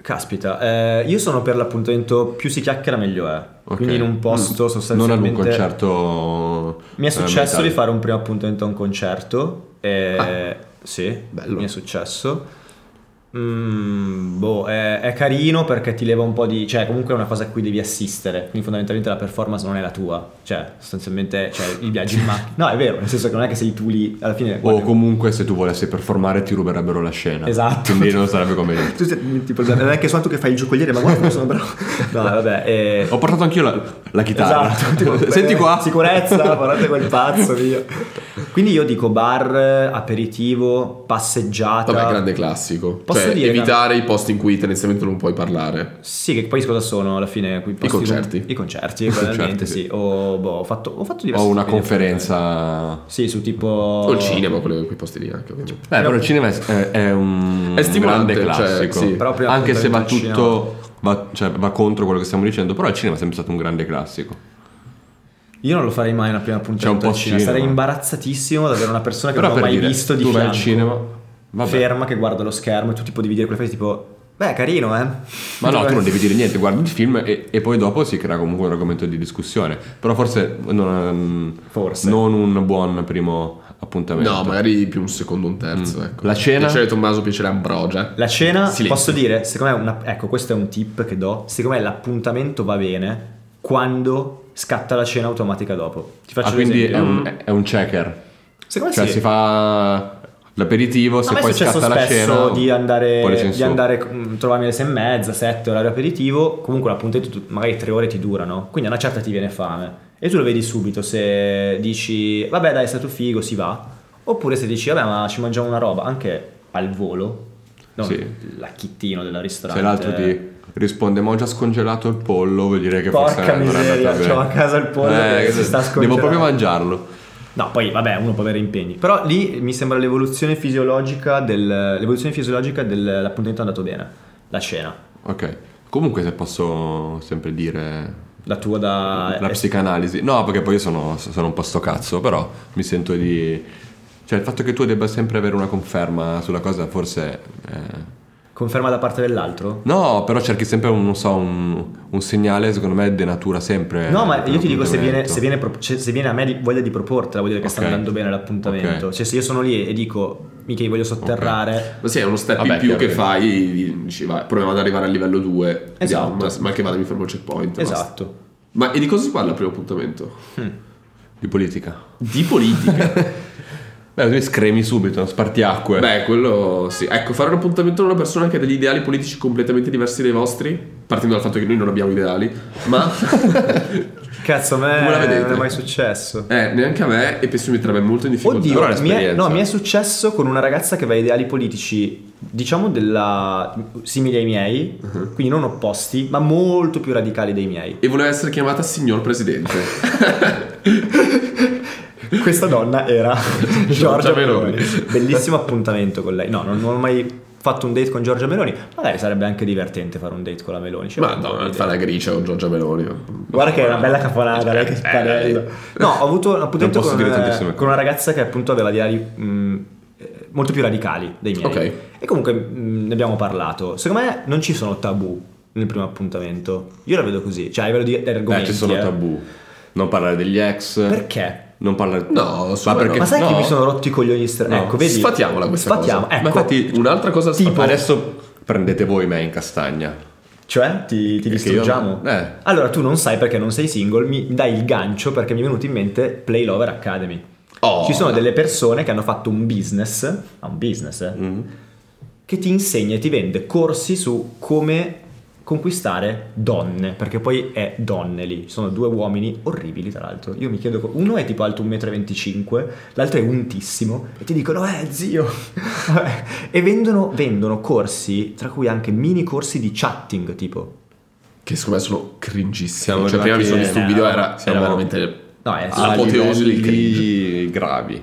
C: Caspita, eh, io sono per l'appuntamento più si chiacchiera meglio è.
B: Ok. Mm.
C: Quindi in un posto
B: Non ad
C: sostanzialmente...
B: un concerto.
C: Mi è
B: eh,
C: successo di
B: mentale.
C: fare un primo appuntamento a un concerto. E...
B: Ah.
C: Sì,
A: Bello.
C: mi è successo. Mm, boh, è, è carino perché ti leva un po' di... Cioè, comunque è una cosa a cui devi assistere. Quindi fondamentalmente la performance non è la tua. Cioè, sostanzialmente, cioè, i viaggi in macchina... No, è vero, nel senso che non è che sei tu lì alla fine...
B: O
C: guarda-
B: Oh, comunque se tu volessi performare ti ruberebbero la scena.
C: Esatto.
B: Quindi non sarebbe conveniente.
C: Tu sei- tipo, non è che sono tu che fai il giocoliere, ma guarda, io sono bravo. No, vabbè, eh,
B: Ho portato anch'io la, la chitarra.
C: Esatto, tipo,
B: Senti
C: eh,
B: qua.
C: Sicurezza, guardate quel pazzo mio. Quindi io dico bar, aperitivo, passeggiata.
A: Vabbè, grande classico.
C: Posso
A: cioè,
C: dire-
A: evitare i posti in cui tendenzialmente non puoi parlare.
C: Sì, che poi cosa sono alla fine? Quei posti-
A: concerti.
C: I concerti,
B: I concerti,
C: banalmente,
B: sì.
C: sì. O, boh, ho fatto, ho fatto diversi
B: Ho una
C: tipi di
B: conferenza.
C: appuntamenti. Sì, su tipo...
A: O il cinema, quelle- quei posti lì anche, ovviamente.
B: Beh, però il cinema è, è- è un
A: È stimolante,
B: grande
A: cioè,
B: classico.
A: sì.
C: Proprio
B: Anche se va
C: appuntamento al
B: tutto. Va, cioè, va contro quello che stiamo dicendo, però il cinema è sempre stato un grande classico.
C: Io non lo farei mai una prima
B: C'è un
C: appuntamento
B: po'
C: al cinema.
B: cinema.
C: Sarei imbarazzatissimo ad avere una persona che
B: però
C: non ho
B: per
C: mai
B: dire,
C: visto di
B: tu vai
C: fianco.
B: al cinema. Vabbè.
C: Ferma, che guarda lo schermo e tu tipo devi dire quelle frasi tipo... Beh, carino, eh.
B: Ma no, tu non devi dire niente, guardi il film e, e poi dopo si crea comunque un argomento di discussione. Però forse non, ehm,
C: Forse.
B: non un buon primo appuntamento.
A: No, magari più un secondo, un terzo, ecco.
B: La cena?
A: Piacere Tommaso, piacere Ambrogia.
C: Mm. La cena,
A: Silenzio.
C: posso dire, secondo me, è una- ecco, questo è un tip che do. Secondo me l'appuntamento va bene quando scatta la cena automatica dopo. Ti faccio
B: Ah,
C: un
B: quindi è
C: esempio.
B: un, è un checker.
C: Secondo me
B: cioè
C: sì.
B: si fa l'aperitivo,
C: A
B: se
C: me è
B: poi
C: successo
B: scatta la
C: spesso
B: cena.
C: di
B: poi le
C: andare,
B: censure.
C: di andare mm, trovarmi alle sei e mezza, sette, orario aperitivo. Comunque l'appuntamento tu- magari tre ore ti durano, quindi a una certa ti viene fame. E tu lo vedi subito se dici, vabbè dai è stato figo, si va. Oppure se dici, vabbè ma ci mangiamo una roba, anche al volo. Non
B: Sì.
C: la chittino della ristorante.
B: Se l'altro ti risponde, ma ho già scongelato il pollo, vuol dire che forse
C: Porca
B: non è
C: miseria,
B: andata bene.
C: c'ho a casa il pollo che si
B: se-
C: sta
B: Devo
C: scongelando.
B: proprio mangiarlo.
C: No, poi vabbè, uno può avere impegni. Però lì mi sembra l'evoluzione fisiologica del l'evoluzione fisiologica dell'appuntamento è andato bene. La cena.
B: Ok. Comunque se posso sempre dire
C: La tua da
B: la
C: eh,
B: psicanalisi. No, perché poi io sono, sono un po' sto cazzo, però mi sento di... Cioè il fatto che tu debba sempre avere una conferma sulla cosa forse... eh,
C: Conferma da parte dell'altro?
B: No, però cerchi sempre un, non so, un, un segnale, secondo me, denatura sempre.
C: No, ma io ti dico se viene,
B: l'appuntamento.
C: se viene pro- cioè, se viene a me di- voglia di proportela, vuol dire che sta
B: Ok.
C: andando bene l'appuntamento.
B: Ok.
C: Cioè, se io sono lì e dico, mica voglio sotterrare.
A: Ma sì, è uno step
B: Vabbè,
A: in più che
B: chiaro.
A: fai, dici, vai, proviamo ad arrivare al livello 2,
C: Esatto.
A: ma, ma che vada mi fermo al checkpoint. basta.
C: Esatto.
A: Ma e di cosa si parla al primo appuntamento?
B: Di politica.
A: Di politica.
B: Beh, tu scremi subito, spartiacque.
A: Beh, quello sì. Ecco, fare un appuntamento con una persona che ha degli ideali politici completamente diversi dai vostri, partendo dal fatto che noi non abbiamo ideali, ma eh,
C: Cazzo, a me
A: Come la vedete?
C: non è mai successo.
A: eh, neanche a me e penso mi metterebbe molto in difficoltà.
C: Oddio,
B: però è
C: mi è,
B: un'esperienza.
C: no, mi è successo con una ragazza che aveva ideali politici, diciamo, della, simili ai miei,
A: Uh-huh.
C: quindi non opposti, ma molto più radicali dei miei.
A: E voleva essere chiamata signor presidente.
C: Questa donna era Giorgia
A: Giorgia
C: Meloni.
A: Meloni.
C: Bellissimo appuntamento con lei. No, non, non ho mai fatto un date con Giorgia Meloni. Magari sarebbe anche divertente fare un date con la Meloni. cioè,
A: ma no, fa la gricia con Giorgia Meloni.
C: Guarda che è una
B: Eh,
C: bella caponata, lei che spadello. No, ho avuto un appuntamento
B: Non posso
C: con,
B: dire tantissime
C: con una ragazza che appunto aveva ideali mh, eh, molto più radicali dei miei.
A: Ok.
C: E comunque mh, ne abbiamo parlato. Secondo me non ci sono tabù nel primo appuntamento. Io la vedo così, cioè a livello di
B: Beh,
C: argomenti.
B: ci sono
C: eh.
B: tabù. Non parlare degli ex.
C: Perché?
B: Non parlare...
A: No,
B: ma
A: secondo me
B: perché...
A: no.
C: Ma sai
B: no,
C: che mi sono rotti i coglioni stra- Ecco, vedi.
A: Sfatiamola questa
C: Sfatiamo.
A: cosa.
C: Ecco,
A: Ma infatti un'altra cosa
B: tipo-
A: sfatata.
B: Adesso prendete voi me in castagna.
C: Cioè, ti, ti
B: Perché io-
C: distruggiamo.
B: eh.
C: Allora, tu non sai perché non sei single, mi mi dai il gancio perché mi è venuto in mente Play Lover Academy.
A: Oh.
C: Ci sono delle persone che hanno fatto un business, ah, un business,
A: Mm.
C: eh,
B: Mm.
C: che ti insegna e ti vende corsi su come conquistare donne, perché poi è donne lì, Ci sono due uomini orribili tra l'altro, io mi chiedo, co- uno è tipo alto 1,25 m, l'altro è untissimo e ti dicono eh zio, Vabbè. e vendono, vendono corsi, tra cui anche mini corsi di chatting tipo,
A: Che secondo me sono
B: Siamo
A: cringissimo. Cioè,
B: arrivati-
A: prima mi sono visto
C: eh,
A: un video,
C: no,
A: era,
B: siamo-
A: era veramente
C: no è
A: Ah, Apoteosi del
B: livelli gravi.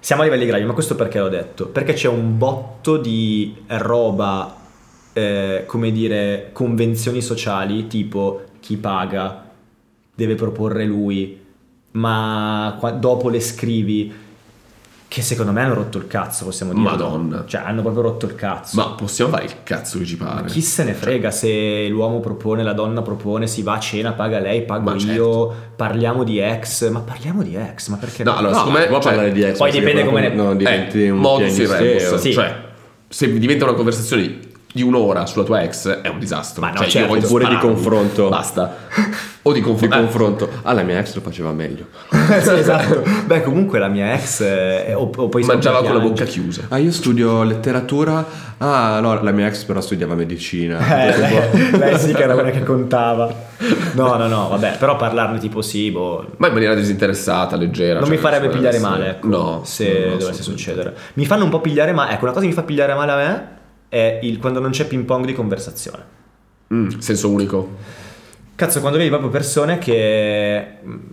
C: Siamo a livelli gravi, ma questo perché l'ho detto? Perché c'è un botto di roba, eh, come dire, convenzioni sociali, tipo chi paga, deve proporre lui, ma qua- dopo le scrivi, che secondo me hanno rotto il cazzo, possiamo dire.
A: Madonna.
C: Cioè, hanno proprio rotto il cazzo.
A: Ma cioè. possiamo fare il cazzo che ci pare.
C: Chi se ne frega se l'uomo propone, la donna propone, si va a cena, paga lei, pago
A: Ma
C: io,
A: certo.
C: parliamo di ex, ma parliamo di ex, ma perché
A: No, allora,
B: No,
A: secondo
B: ma
A: me...
B: può
A: cioè,
B: parlare di ex.
C: poi
B: perché
C: dipende
B: poi
C: come ne-
B: No, diventi
A: eh,
B: un
A: modus in
B: piagnisteo.
A: rebus.
C: Sì.
A: Cioè, se diventa una conversazione di un'ora sulla tua ex, è un disastro.
C: Ma no,
A: cioè,
C: certo.
A: io voglio
B: Oppure di
A: spararmi.
B: confronto.
A: Basta. O di
B: Di
A: confronto.
B: confronto. Ah, la mia ex lo faceva meglio.
C: Sì, esatto. Beh, comunque la mia ex eh, o, o poi
A: mangiava con la
C: piange.
A: bocca chiusa.
B: Ah, io studio letteratura. Ah, no, la mia ex però studiava medicina.
C: Eh, lei, lei sì che era quella che contava. No, no, no, vabbè, però parlarne tipo sì, boh,
A: Ma in maniera disinteressata, leggera.
C: non
A: cioè,
C: mi farebbe
A: deve
C: pigliare
A: essere-
C: male, ecco,
A: No. no,
C: se
A: no,
C: dovesse
A: assolutamente.
C: succedere. Mi fanno un po' pigliare male, ecco, una cosa che mi fa pigliare male a me è il- quando non c'è ping pong di conversazione.
A: Mm, senso unico.
C: Cazzo, quando vedi proprio persone che,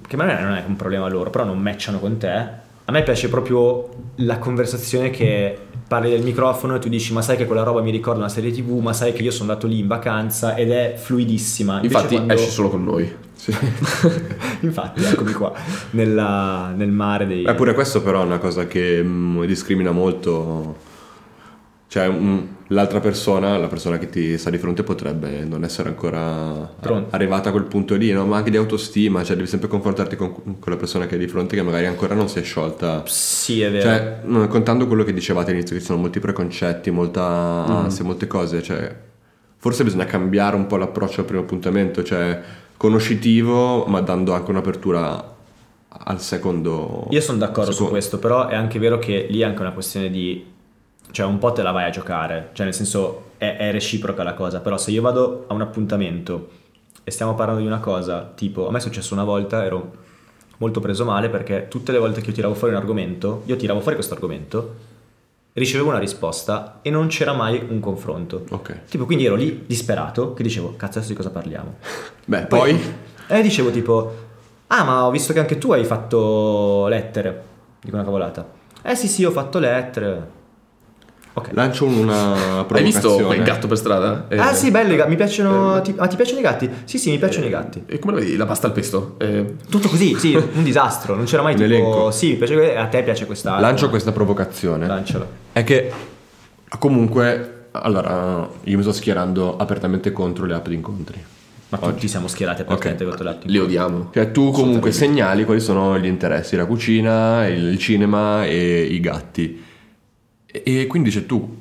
C: che magari non è un problema loro, però non matchano con te. A me piace proprio la conversazione che parli del microfono e tu dici ma sai che quella roba mi ricorda una serie tv, ma sai che io sono andato lì in vacanza ed è fluidissima. Ah, Invece
A: Infatti,
C: quando-
A: esce solo con noi.
C: eh. Infatti, eccomi qua, nella- nel mare dei...
B: Eppure Eh, questo però è una cosa che mm, discrimina molto. Cioè, mm, l'altra persona, la persona che ti sta di fronte potrebbe non essere ancora
C: Pronto.
B: arrivata a quel punto lì, no? ma anche di autostima, cioè devi sempre confrontarti con, con la persona che hai di fronte che magari ancora non si è sciolta.
C: Sì, è vero.
B: Cioè, mm, contando quello che dicevate all'inizio, che ci sono molti preconcetti, molta ansia, molte cose, cioè, forse bisogna cambiare un po' l'approccio al primo appuntamento, cioè, conoscitivo, ma dando anche un'apertura al secondo...
C: Io sono d'accordo su
B: secondo-
C: questo, però è anche vero che lì è anche una questione di... Cioè un po' te la vai a giocare, cioè nel senso è, è reciproca la cosa, però se io vado a un appuntamento e stiamo parlando di una cosa, tipo a me è successo una volta, ero molto preso male perché tutte le volte che io tiravo fuori un argomento, io tiravo fuori questo argomento, ricevevo una risposta e non c'era mai un confronto.
B: Ok.
C: Tipo quindi ero lì disperato che dicevo, cazzo adesso di cosa parliamo?
B: Beh, poi...
C: E Eh, dicevo tipo, ah ma ho visto che anche tu hai fatto lettere. Dico una cavolata. Eh sì sì, ho fatto lettere. Ok.
B: Lancio una provocazione.
A: Hai visto quel gatto per strada? Eh,
C: ah sì, belli, i gatti, mi piacciono... ti- ma ti piacciono i gatti? Sì sì, mi piacciono i gatti.
A: E come la vedi? La pasta al pesto? Eh,
C: Tutto così, sì, un disastro. Non c'era mai
B: Un
C: tipo...
B: elenco.
C: Sì, mi piace, que- a te piace questa...
B: Lancio questa provocazione.
C: Lanciala.
B: È che comunque Allora, io mi sto schierando apertamente contro le app di incontri.
C: Ma tutti siamo schierati a partire contro l'app.
A: Le odiamo.
B: Cioè, tu comunque segnali quali sono gli interessi, la cucina, il cinema e i gatti. E, e quindi se tu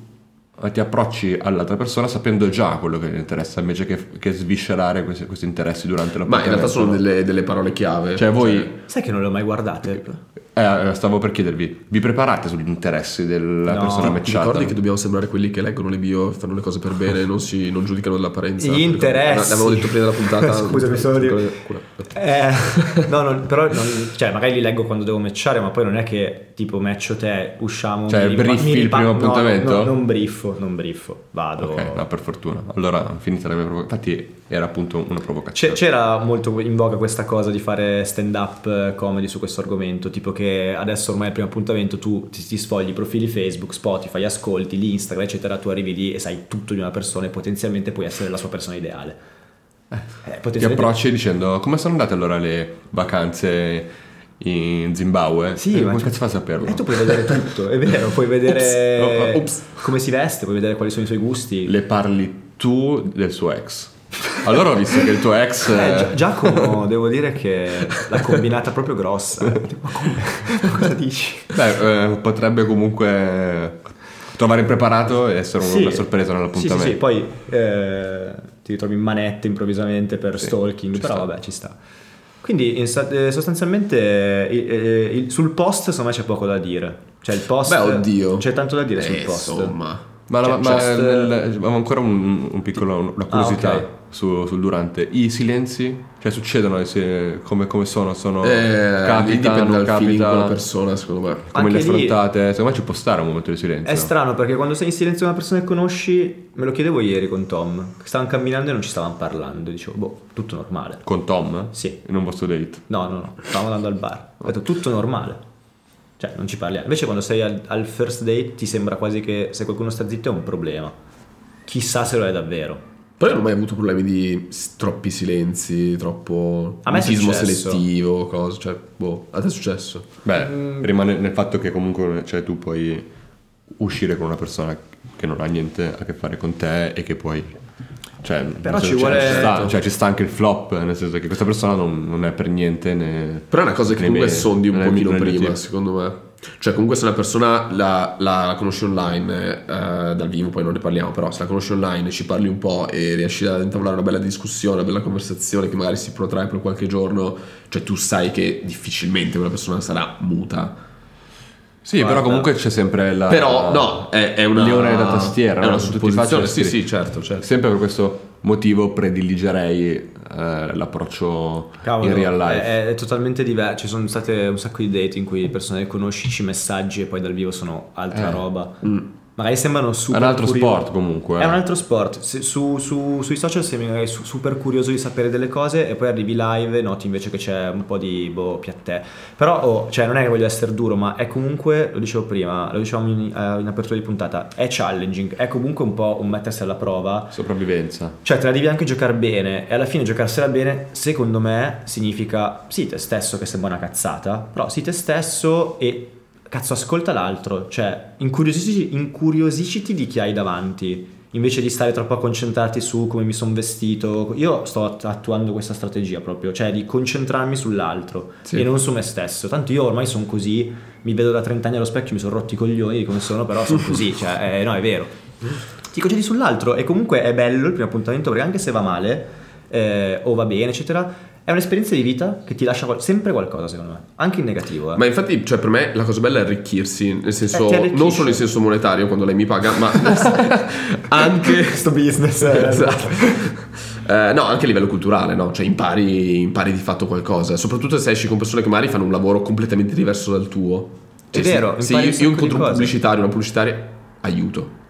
B: eh, ti approcci all'altra persona sapendo già quello che gli interessa, invece che, che sviscerare questi, questi interessi durante la
A: Ma in realtà sono delle, delle parole chiave. Cioè,
B: Cioè, voi
C: Sai che non le ho mai guardate?
B: Eh, stavo per chiedervi, vi preparate sugli interessi della
C: No.
B: persona
A: Ti
B: matchata?
A: ricordi che dobbiamo sembrare quelli che leggono le bio, fanno le cose per bene, non, si, non giudicano dell'apparenza? Eh,
C: Gli interessi.
A: L'avevo detto prima della puntata. Cioè,
C: Scusa, mi sono
A: Ti
C: di-
A: ricordi-
C: Eh, no, non- però non- cioè, magari li leggo quando devo matchare, ma poi non è che tipo matcho te, usciamo.
B: Cioè,
C: mi ripa-
B: briefi
C: mi
B: il
C: ripa-
B: primo
C: no,
B: appuntamento?
C: no, non briffo, non briffo. Vado.
B: Ok, no, per fortuna. Allora, finita la mia provocazione. Infatti era appunto una
C: C'è-
B: provocazione.
C: c'era molto in voga questa cosa di fare stand up comedy su questo argomento, tipo che adesso ormai al primo appuntamento tu ti, ti sfogli i profili Facebook, Spotify, ascolti, lì Instagram, eccetera, tu arrivi lì e sai tutto di una persona e potenzialmente puoi essere la sua persona ideale. Eh,
B: Ti
C: potenzialmente-
B: approcci dicendo come sono andate allora le vacanze in Zimbabwe?
C: Sì,
B: Eh,
C: ma
B: come
C: tu-
B: cazzo fai a saperlo?
C: E tu puoi vedere tutto, è vero, puoi vedere
B: Ops. Oh, oh, ops.
C: come si veste, puoi vedere quali sono i suoi gusti.
B: Le parli tu del suo ex. Allora ho visto che il tuo ex...
C: Eh, Gia- Giacomo, devo dire che l'ha combinata proprio grossa.
B: Eh.
C: Ma come? Ma cosa dici?
B: Beh, eh, potrebbe comunque trovare impreparato e essere una sorpresa nell'appuntamento.
C: Sì, sì, sì, poi eh, ti ritrovi in manette improvvisamente per stalking,
B: ci
C: però
B: sta.
C: vabbè, ci sta. Quindi in sa- eh, sostanzialmente eh, eh, il- sul post secondo me c'è poco da dire. Cioè il post
A: Beh, oddio.
C: c'è tanto da dire sul
A: Eh,
C: post.
A: Insomma.
B: Ma, la-
C: Cioè,
B: ma
C: just- Ah,
B: nel- avevo ancora un, un piccolo, una curiosità
C: ok.
B: su- sul durante. I silenzi, cioè succedono i sil- come, come sono? Sono
A: Eh, lì
B: capita,
A: dipende
B: non
A: dal feeling con la
B: capita,
A: persona, secondo me.
B: come li
C: Anche lì-
B: affrontate? Secondo me ci può stare un momento di silenzio.
C: È strano perché quando sei in silenzio con una persona che conosci, me lo chiedevo ieri con Tom, che stavano camminando e non ci stavano parlando, dicevo, boh, tutto normale.
B: Con Tom?
C: Sì.
B: In un vostro date.
C: No, no, no, stavamo andando al bar. Ho detto tutto normale. Cioè, non ci parliamo. Invece quando sei al, al first date ti sembra quasi che se qualcuno sta zitto è un problema. Chissà se lo è davvero.
A: Però io non ho mai avuto problemi di s- troppi silenzi, troppo
C: A me è
A: mutismo
C: successo.
A: selettivo, cose, cioè, boh, a te è successo.
B: Beh,
C: Mm.
B: rimane nel fatto che comunque cioè, tu puoi uscire con una persona che non ha niente a che fare con te e che puoi... Cioè,
C: Però
B: nel senso,
C: ci
B: cioè,
C: vuole-
B: sta, cioè, ci sta anche il flop, nel senso che questa persona non, non è per niente né...
A: Però è una cosa che
B: Nei
A: comunque
B: miei-
A: sondi un
B: nelle mie-
A: pochino
B: nelle mie
A: prima,
B: team.
A: secondo me. Cioè, comunque se una persona la, la- la conosci online, eh, dal vivo poi non ne parliamo, però se la conosci online, ci parli un po' e riesci ad intavolare una bella discussione, una bella conversazione che magari si protrae per qualche giorno, cioè tu sai che difficilmente quella persona sarà muta.
B: Sì, però
C: Guarda.
B: comunque c'è sempre la...
A: Però no, è, è una...
B: Leone Eh, da tastiera,
A: È
B: no?
A: una
B: Su tutti i facili
A: supposizione, sì
B: scritti.
A: sì, certo, certo.
B: Sempre per questo motivo prediligerei eh, l'approccio
C: Cavolo,
B: in real life.
C: È, è totalmente diverso. Ci sono state un sacco di date in cui persone che conosci ci messaggi e poi dal vivo sono altra
B: Eh.
C: roba.
A: Mm.
C: Magari sembrano
B: È
C: super
B: un altro
C: curiosi.
B: sport comunque. eh.
C: È un altro sport. Se- su- su- sui social sei magari su- super curioso di sapere delle cose e poi arrivi live e noti invece che c'è un po' di boh, piattè. Però, oh, cioè, non è che voglio essere duro, ma è comunque, lo dicevo prima, lo dicevamo in, eh, in apertura di puntata, è challenging, è comunque un po' un mettersi alla prova.
B: Sopravvivenza.
C: Cioè, te la devi anche giocare bene e alla fine giocarsela bene, secondo me, significa sì te stesso che sembra una cazzata, però sì te stesso e cazzo ascolta l'altro, cioè incuriosisci- incuriosisciti di chi hai davanti. Invece di stare troppo a concentrarti su come mi sono vestito, io sto att- attuando questa strategia proprio, cioè di concentrarmi sull'altro
A: Sì.
C: e non su me stesso. Tanto io ormai sono così, mi vedo da 30 anni allo specchio, mi sono rotti i coglioni di come sono, però sono così, cioè, eh, no, è vero. Ti concedi sull'altro e comunque è bello il primo appuntamento perché anche se va male eh, o va bene eccetera è un'esperienza di vita che ti lascia qual- sempre qualcosa secondo me anche in negativo eh.
A: Ma infatti, cioè, per me la cosa bella è arricchirsi, nel senso,
C: Eh, ti arricchisce.
A: non solo in senso monetario quando lei mi paga, ma anche.
C: questo business eh.
A: Esatto. Eh, no, anche a livello culturale, no? Cioè impari, impari di fatto qualcosa, soprattutto se esci con persone che magari fanno un lavoro completamente diverso dal tuo.
C: È
A: se-
C: vero,
A: se,
C: impari
A: io,
C: un sacco
A: io incontro
C: di
A: un
C: cose.
A: pubblicitario, una pubblicitaria, aiuto.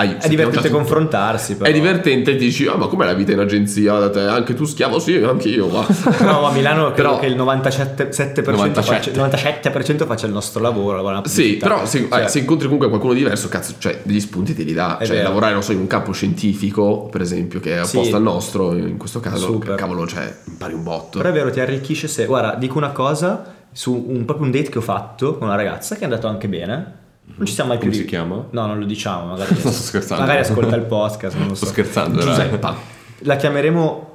A: Aiuto.
C: è divertente confrontarsi però.
A: È divertente, ti dici, ah, ma com'è la vita in agenzia? Da te? Anche tu schiavo? Sì, anche io. Ma.
C: no ma a Milano credo
A: Però-
C: che il 97%, 97%, faccia,
B: 97.
C: 97% faccia il nostro lavoro lavora nella
A: Sì,
C: pubblicità.
A: però se, eh,
C: Cioè,
A: se incontri comunque qualcuno diverso, cazzo, cioè degli spunti te li dà.
C: È
A: Cioè,
C: vero.
A: lavorare, non so, in un campo scientifico, per esempio, che è
C: Sì.
A: opposto al nostro, in questo caso,
C: Super.
A: cavolo, cioè, impari un botto.
C: Però è vero, ti arricchisce se... Guarda, dico una cosa su un, proprio un date che ho fatto con una ragazza che è andato anche bene. Non ci siamo mai più
B: Come si
C: di-
B: chiama?
C: No, non lo diciamo. Magari,
B: Sto scherzando.
C: Magari ascolta il podcast. Non lo so.
B: Sto scherzando, dai.
A: Giuseppa.
C: La chiameremo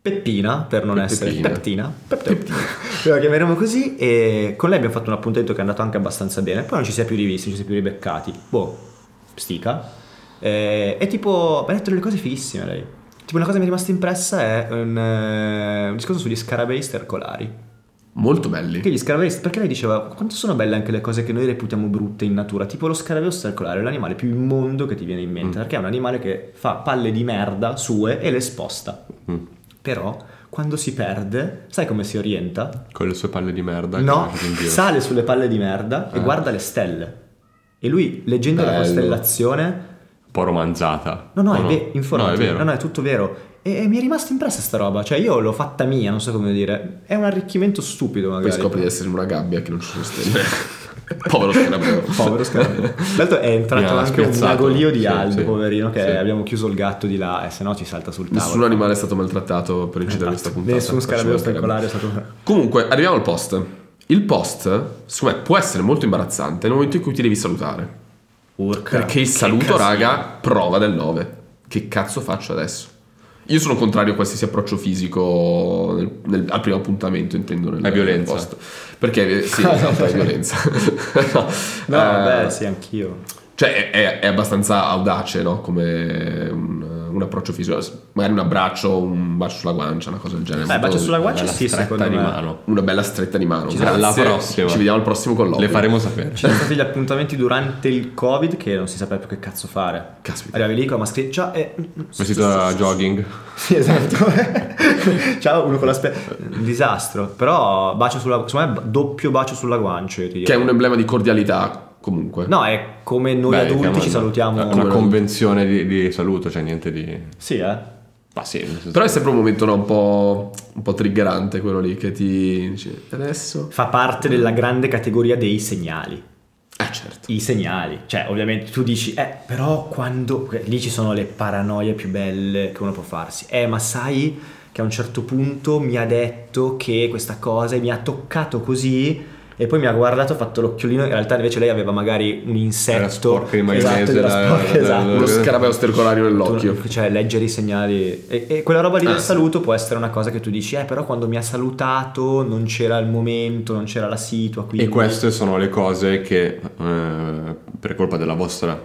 C: Peppina per non essere
B: Peppina.
C: Peptina. Peppina. La chiameremo così e con lei abbiamo fatto un appuntamento che è andato anche abbastanza bene. Poi non ci si è più rivisti, non ci si è più ribeccati. Boh, stica. Eh, E tipo, mi ha detto delle cose fighissime lei. Tipo una cosa che mi è rimasta impressa è un, eh, un discorso sugli scarabei stercolari.
A: Molto belli.
C: Perché gli scarabei, perché lei diceva quanto sono belle anche le cose che noi reputiamo brutte in natura, tipo lo scarabeo stercolare, è l'animale più immondo che ti viene in
B: Mm.
C: mente, perché è un animale che fa palle di merda sue e le sposta.
B: Mm.
C: Però quando si perde, sai come si orienta?
B: Con le sue palle di merda. che
C: no,
B: mette in giro. Eh.
C: sale sulle palle di merda e guarda le stelle. E lui, leggendo la
B: Bello.
C: costellazione,
B: Un po' romanzata.
C: No, no,
B: O
C: è, ve-
B: No,
C: informati.
B: è vero.
C: No, no, è tutto vero. E, e mi è rimasta impressa sta roba, cioè io l'ho fatta mia, non so come dire. È un arricchimento stupido magari.
A: Poi scopri di essere in una gabbia che non ci sono stelle. Povero scarabeo.
C: Povero scarabeo. Tra l'altro è
B: Mi
C: entrato
B: ha
C: anche un
B: spiazzato.
C: nagolio di
B: Sì,
C: Aldo,
B: sì.
C: poverino, che
B: Sì.
C: abbiamo chiuso il gatto di là e se no ci salta sul tavolo.
A: Nessun animale è stato maltrattato per incidere questa
C: Esatto.
A: puntata.
C: Nessun scarabeo
A: Facciamo scarabeo.
C: speculare è stato...
A: Comunque, arriviamo al post. Il post, secondo me, può essere molto imbarazzante nel momento in cui ti devi salutare.
C: Urca.
A: Perché il
C: Che
A: saluto,
C: casino.
A: raga, prova del 9. Che cazzo faccio adesso? Io sono contrario a qualsiasi approccio fisico nel- nel- al primo appuntamento, intendo. Nel,
B: È violenza.
A: nel post. Perché, eh, sì, esatto, è violenza. no,
C: No,
A: eh,
C: beh, sì, anch'io.
A: Cioè, è, è- è abbastanza audace, no? Come un, un approccio fisico. Magari un abbraccio, un bacio sulla guancia, una cosa del genere.
C: Beh,
A: Molto-
C: bacio sulla guancia
B: Bella
C: sì,
B: stretta
C: secondo
B: di
C: me.
B: mano.
A: Una bella stretta di mano.
B: Ci sarà
A: Grazie.
B: la prossima.
A: Ci vediamo al prossimo colloquio.
B: Le faremo sapere.
C: Ci sono stati gli appuntamenti durante il Covid che non si sapeva più che cazzo fare.
A: Caspita.
C: Arrivavi lì con la mascherina, ciao, e...
B: Vestito da jogging.
C: mm, Sì, esatto. ciao, uno con la spe... Un disastro. Però bacio sulla... Secondo me doppio bacio sulla guancia, io ti dico.
A: Che è un emblema di cordialità, comunque.
C: No, è come noi
B: Beh,
C: adulti
B: chiamano-
C: ci salutiamo.
B: Una convenzione di, di saluto, cioè niente di.
C: Sì, eh.
B: Ma sì, nel senso-
A: Però è sempre un momento no, un, po', un po' triggerante quello lì che ti dice adesso.
C: Fa parte della grande categoria dei segnali.
A: Ah, certo.
C: I segnali. Cioè, ovviamente tu dici, eh, però quando... Lì ci sono le paranoie più belle che uno può farsi. Eh, ma sai che a un certo punto mi ha detto che questa cosa e mi ha toccato così... E poi mi ha guardato, ha fatto l'occhiolino. In realtà, invece, lei aveva magari un insetto.
B: Era sporca di maionese
C: Esatto, era
B: da-
C: sporca,
B: da-
C: esatto.
A: Uno scarabeo stercolario nell'occhio.
C: Tu- cioè, leggere i segnali. E, e quella roba lì del
A: Ah, sì.
C: saluto può essere una cosa che tu dici, eh, però quando mi ha salutato non c'era il momento, non c'era la situa. Quindi...
B: E queste sono le cose che, eh, per colpa della vostra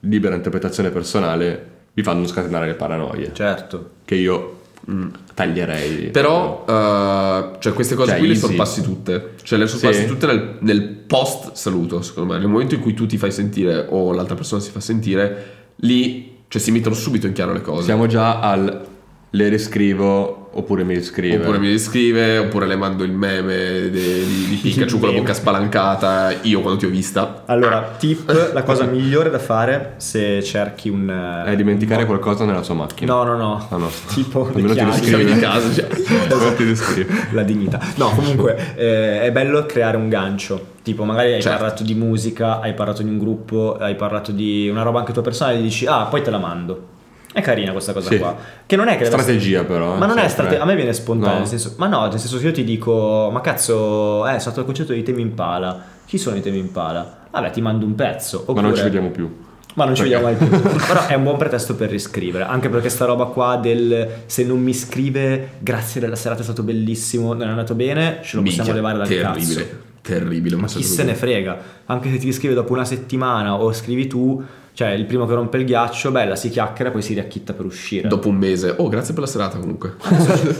B: libera interpretazione personale, vi fanno scatenare le paranoie.
C: Certo.
B: che io mm, taglierei.
A: Però, eh, cioè, queste cose
B: Cioè,
A: qui le
B: easy.
A: sorpassi tutte. Cioè, le sorpassi
B: Sì.
A: tutte nel, post saluto, secondo me. Nel momento in cui tu ti fai sentire o l'altra persona si fa sentire, lì cioè, si mettono subito in chiaro le cose.
B: siamo già al le riscrivo oppure mi riscrive.
A: Oppure mi riscrive, oppure le mando il meme de- di, di Pikachu con la
C: meme. Ah,
A: bocca spalancata. Io quando ti ho vista.
B: Ah.
C: Allora, tip, la cosa migliore da fare se cerchi un... eh,
B: è dimenticare
C: un-
B: qualcosa nella sua macchina.
C: No, no, no.
B: Ah, no.
C: Tipo le
B: Almeno ti
C: chiavi.
A: Siamo
B: riscrivi.
A: di casa. Cioè.
B: Come ti riscrive?
C: La dignità. No, comunque eh, è bello creare un gancio. Tipo, magari hai
A: Certo.
C: parlato di musica, hai parlato di un gruppo, hai parlato di una roba anche tua personale e dici, ah, poi te la mando. È carina questa cosa
B: Sì.
C: qua. Che non è che deve
B: Strategia, però, eh,
C: Ma non
B: sempre.
C: è strategia. A me viene spontaneo.
B: No.
C: Nel senso, ma no, nel senso, se io ti dico, ma cazzo, eh, sono stato al concerto di Temi Impala. Chi sono i Temi Impala? Vabbè, ti mando un pezzo.
B: Ma non ci
C: Oppure-
B: vediamo più.
C: ma non ci
B: Perché?
C: vediamo mai più. Però è un buon pretesto per riscrivere. Anche perché sta roba qua del se non mi scrive, grazie della serata è stato bellissimo, non è andato bene, ce lo possiamo
A: Minchia,
C: levare dal
A: terribile,
C: cazzo.
A: Terribile,
C: Ma chi se ne frega? Anche se ti scrive dopo una settimana o scrivi tu, cioè il primo che rompe il ghiaccio, bella, si chiacchiera, poi si riacchitta per uscire.
A: Dopo un mese, oh grazie per la serata comunque.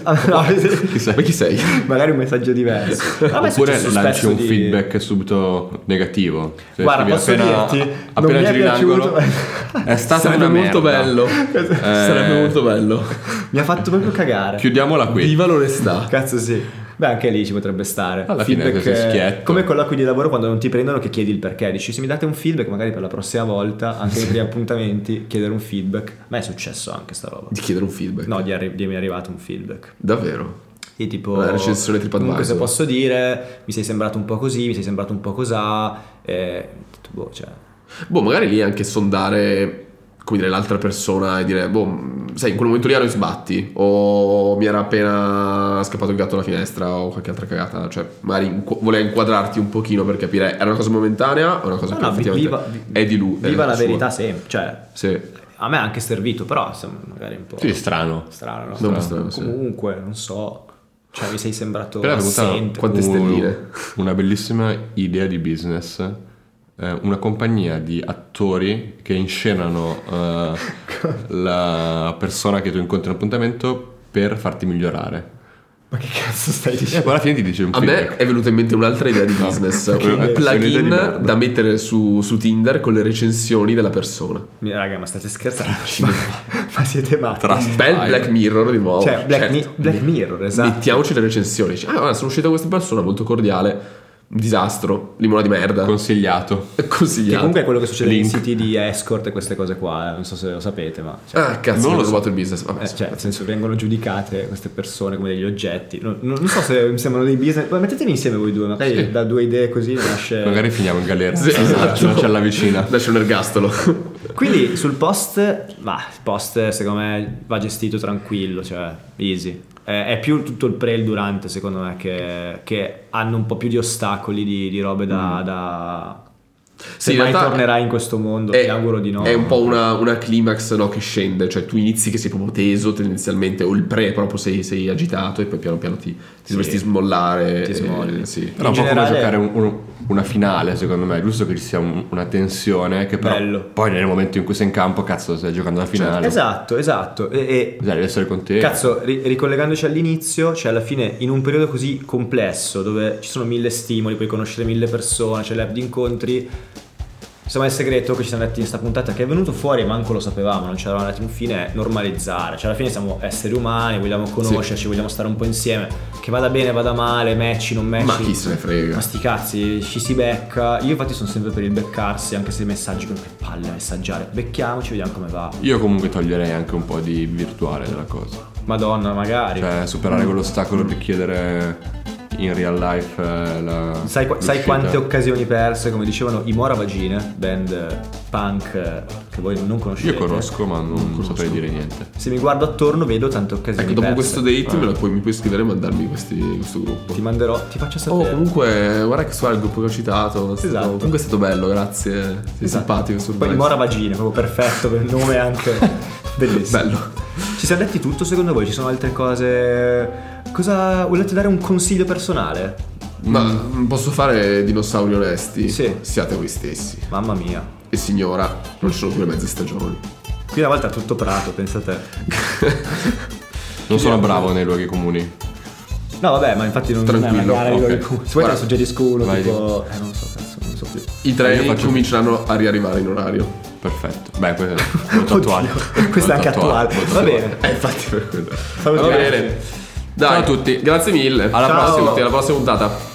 C: Ah, no,
A: Chi sei? Ma chi sei?
C: magari un messaggio diverso. A me è
B: Oppure
C: successo
B: lanci
C: spesso
B: un
C: di-
B: feedback subito negativo. Se
C: Guarda,
B: scrivi
C: posso dirti, non
B: appena
C: mi è
B: giri
C: piaciuto.
B: l'angolo, è stato
A: Sarebbe
B: una
A: molto
B: merda. Eh,
A: bello. Eh. Sarebbe molto bello.
C: Mi ha fatto proprio cagare.
B: Chiudiamola qui.
A: Viva l'onestà.
C: Cazzo sì. Beh, anche lì ci potrebbe stare.
B: Alla fine sei
C: eh,
B: schietto.
C: Come colloqui di lavoro quando non ti prendono che chiedi il perché. Dici se mi date un feedback magari per la prossima volta, anche nei primi appuntamenti, chiedere un feedback. A me è successo anche sta roba.
A: Di chiedere un feedback.
C: No, di, arri- di mi è arrivato un feedback.
A: Davvero.
C: E tipo...
A: Una recensione TripAdvisor.
C: Comunque se posso dire, mi sei sembrato un po' così, mi sei sembrato un po' cosà. Eh, ho detto, boh, cioè...
A: Boh, magari lì anche sondare come dire, l'altra persona e dire, boh, sai, in quel momento lì ero in sbatti, o mi era appena scappato il gatto dalla finestra, o qualche altra cagata, cioè, magari inqu- voleva inquadrarti un pochino per capire, era una cosa momentanea o una cosa
C: No,
A: che
C: no, vi-
A: effettivamente
C: viva- vi-
A: è di lui. è
C: Viva la
A: sua.
C: verità sempre, cioè
A: Sì.
C: a me è anche servito, però insomma, magari un po'
B: Sì, è strano.
C: strano, no?
A: Non strano, sì.
C: Comunque, non so, cioè mi sei sembrato
B: Però è
C: assente.
B: venuta
A: quante stelline.
B: una bellissima idea di business. eh, una compagnia di attori che inscenano eh, la persona che tu incontri in appuntamento per farti migliorare.
C: Ma che cazzo stai
B: E
C: dicendo?
B: poi alla fine ti dice un
A: A me
B: feedback.
A: è venuta in mente un'altra idea di business, un
B: idea. Un'idea di
A: plugin
B: merda.
A: da mettere su, su Tinder con le recensioni della persona.
C: Mi- Raga, ma state scherzando? ma, ma siete matti?
A: Bel Black Mirror di nuovo.
C: Cioè, Black, Mi-
A: certo.
C: Black Mirror, esatto.
A: Mettiamoci le recensioni. Dici, ah, guarda, sono uscita questa persona molto cordiale. Un disastro, limona di merda.
B: Consigliato.
C: Che
A: Consigliato.
C: comunque è quello che succede nei
B: Link.
C: siti di escort e queste cose qua, eh, non so se lo sapete, ma... Cioè,
A: Ah, cazzo,
B: Non
A: non ho
B: lo so.
A: rubato il business. Vabbè,
C: eh, cioè, nel senso, vengono giudicate queste persone come degli oggetti. Non, non- non so se mi sembrano dei business. Ma metteteli insieme voi due, magari
B: Sì.
C: da due idee così nasce.
B: Magari finiamo in galera.
A: Sì, esatto.
B: Non c'è la vicina.
A: Lascia un ergastolo.
C: Quindi sul post, ma il post secondo me va gestito tranquillo, cioè easy. Eh, È più tutto il pre e il durante, secondo me, che, che hanno un po' più di ostacoli, di, di robe da. da- Se
A: Mm. Sì, in
C: mai
A: realtà
C: tornerai in questo mondo, ti auguro di no.
A: È un po' una, una climax no, che scende, cioè tu inizi che sei proprio teso tendenzialmente, o il pre proprio sei, sei agitato e poi piano piano ti, ti dovresti smollare.
C: Ti
A: eh,
C: smolli.
A: sì.
B: Però
C: In
B: un po'
C: generale-
B: come giocare un- un- una finale, secondo me. È giusto che ci sia un- una tensione. Che però
C: Bello.
B: poi nel momento in cui sei in campo, cazzo, stai giocando la finale.
C: Esatto, esatto. E- e
B: Cioè, devi essere contento.
C: Cazzo, ri- ricollegandoci all'inizio, cioè alla fine in un periodo così complesso dove ci sono mille stimoli, puoi conoscere mille persone, c'è l'app di incontri. Insomma, il segreto che ci siamo detti in questa puntata che è venuto fuori, e manco lo sapevamo, non ci eravamo dati un fine, è normalizzare. Cioè, alla fine siamo esseri umani, vogliamo conoscerci, vogliamo stare un po' insieme. Che vada bene, vada male, match, non match.
A: Ma chi se ne frega?
C: Eh, Ma sti cazzi, ci si becca. Io infatti sono sempre per il beccarsi, anche se i messaggi, che palle messaggiare. Becchiamoci, vediamo come va.
B: Io comunque toglierei anche un po' di virtuale dalla cosa.
C: Madonna, magari.
B: Cioè, superare quell'ostacolo di chiedere in real life eh, la.
C: Sai, qua- sai
B: l'uscita.
C: quante occasioni perse, come dicevano i Mora Vagine, band eh, punk eh, che voi non conoscete.
B: Io conosco, ma non, saprei dire niente.
C: Se mi guardo attorno vedo tante occasioni
A: Ecco, dopo questo
C: perse.
A: date me lo puoi, mi puoi scrivere e mandarmi questi, questo gruppo.
C: Ti manderò, ti faccio
A: Oh,
C: sapere.
A: comunque, guarda che suona il gruppo che ho citato. è stato-
C: Esatto.
A: comunque è stato bello, grazie. Sei simpatico. sul
C: Poi i
A: brand.
C: Mora Vagine, proprio perfetto per il nome anche. Bellissimo.
A: Bello.
C: Ci siamo detti tutto secondo voi? Ci sono altre cose... Cosa... Volete dare un consiglio personale?
A: Ma posso fare dinosauri onesti?
C: Sì.
A: Siate voi stessi.
C: Mamma mia.
A: E signora, non ci sono più le mezze stagioni.
C: Qui una volta è tutto prato, pensate.
B: Non sono bravo nei luoghi comuni.
C: No vabbè, ma infatti non, non è una
A: Tranquillo,
C: gara
B: ok.
C: di Se vuoi te
A: Guarda,
C: lo suggerisco uno,
B: vai,
C: tipo... Eh, non lo so, cazzo, non lo so più.
A: I
B: Io
A: treni
B: faccio-
A: cominceranno a riarrivare in orario.
B: Perfetto. Beh, questo è molto attuale.
C: Oddio, questo è anche
B: Molto
C: attuale.
B: molto
C: Va
B: attuale.
C: bene.
A: Eh, infatti, per quello.
C: Salutiamo.
A: Va bene. Dai,
B: Ciao a tutti.
A: Grazie mille.
B: Alla
A: Ciao a
B: prossima.
A: tutti, alla prossima puntata.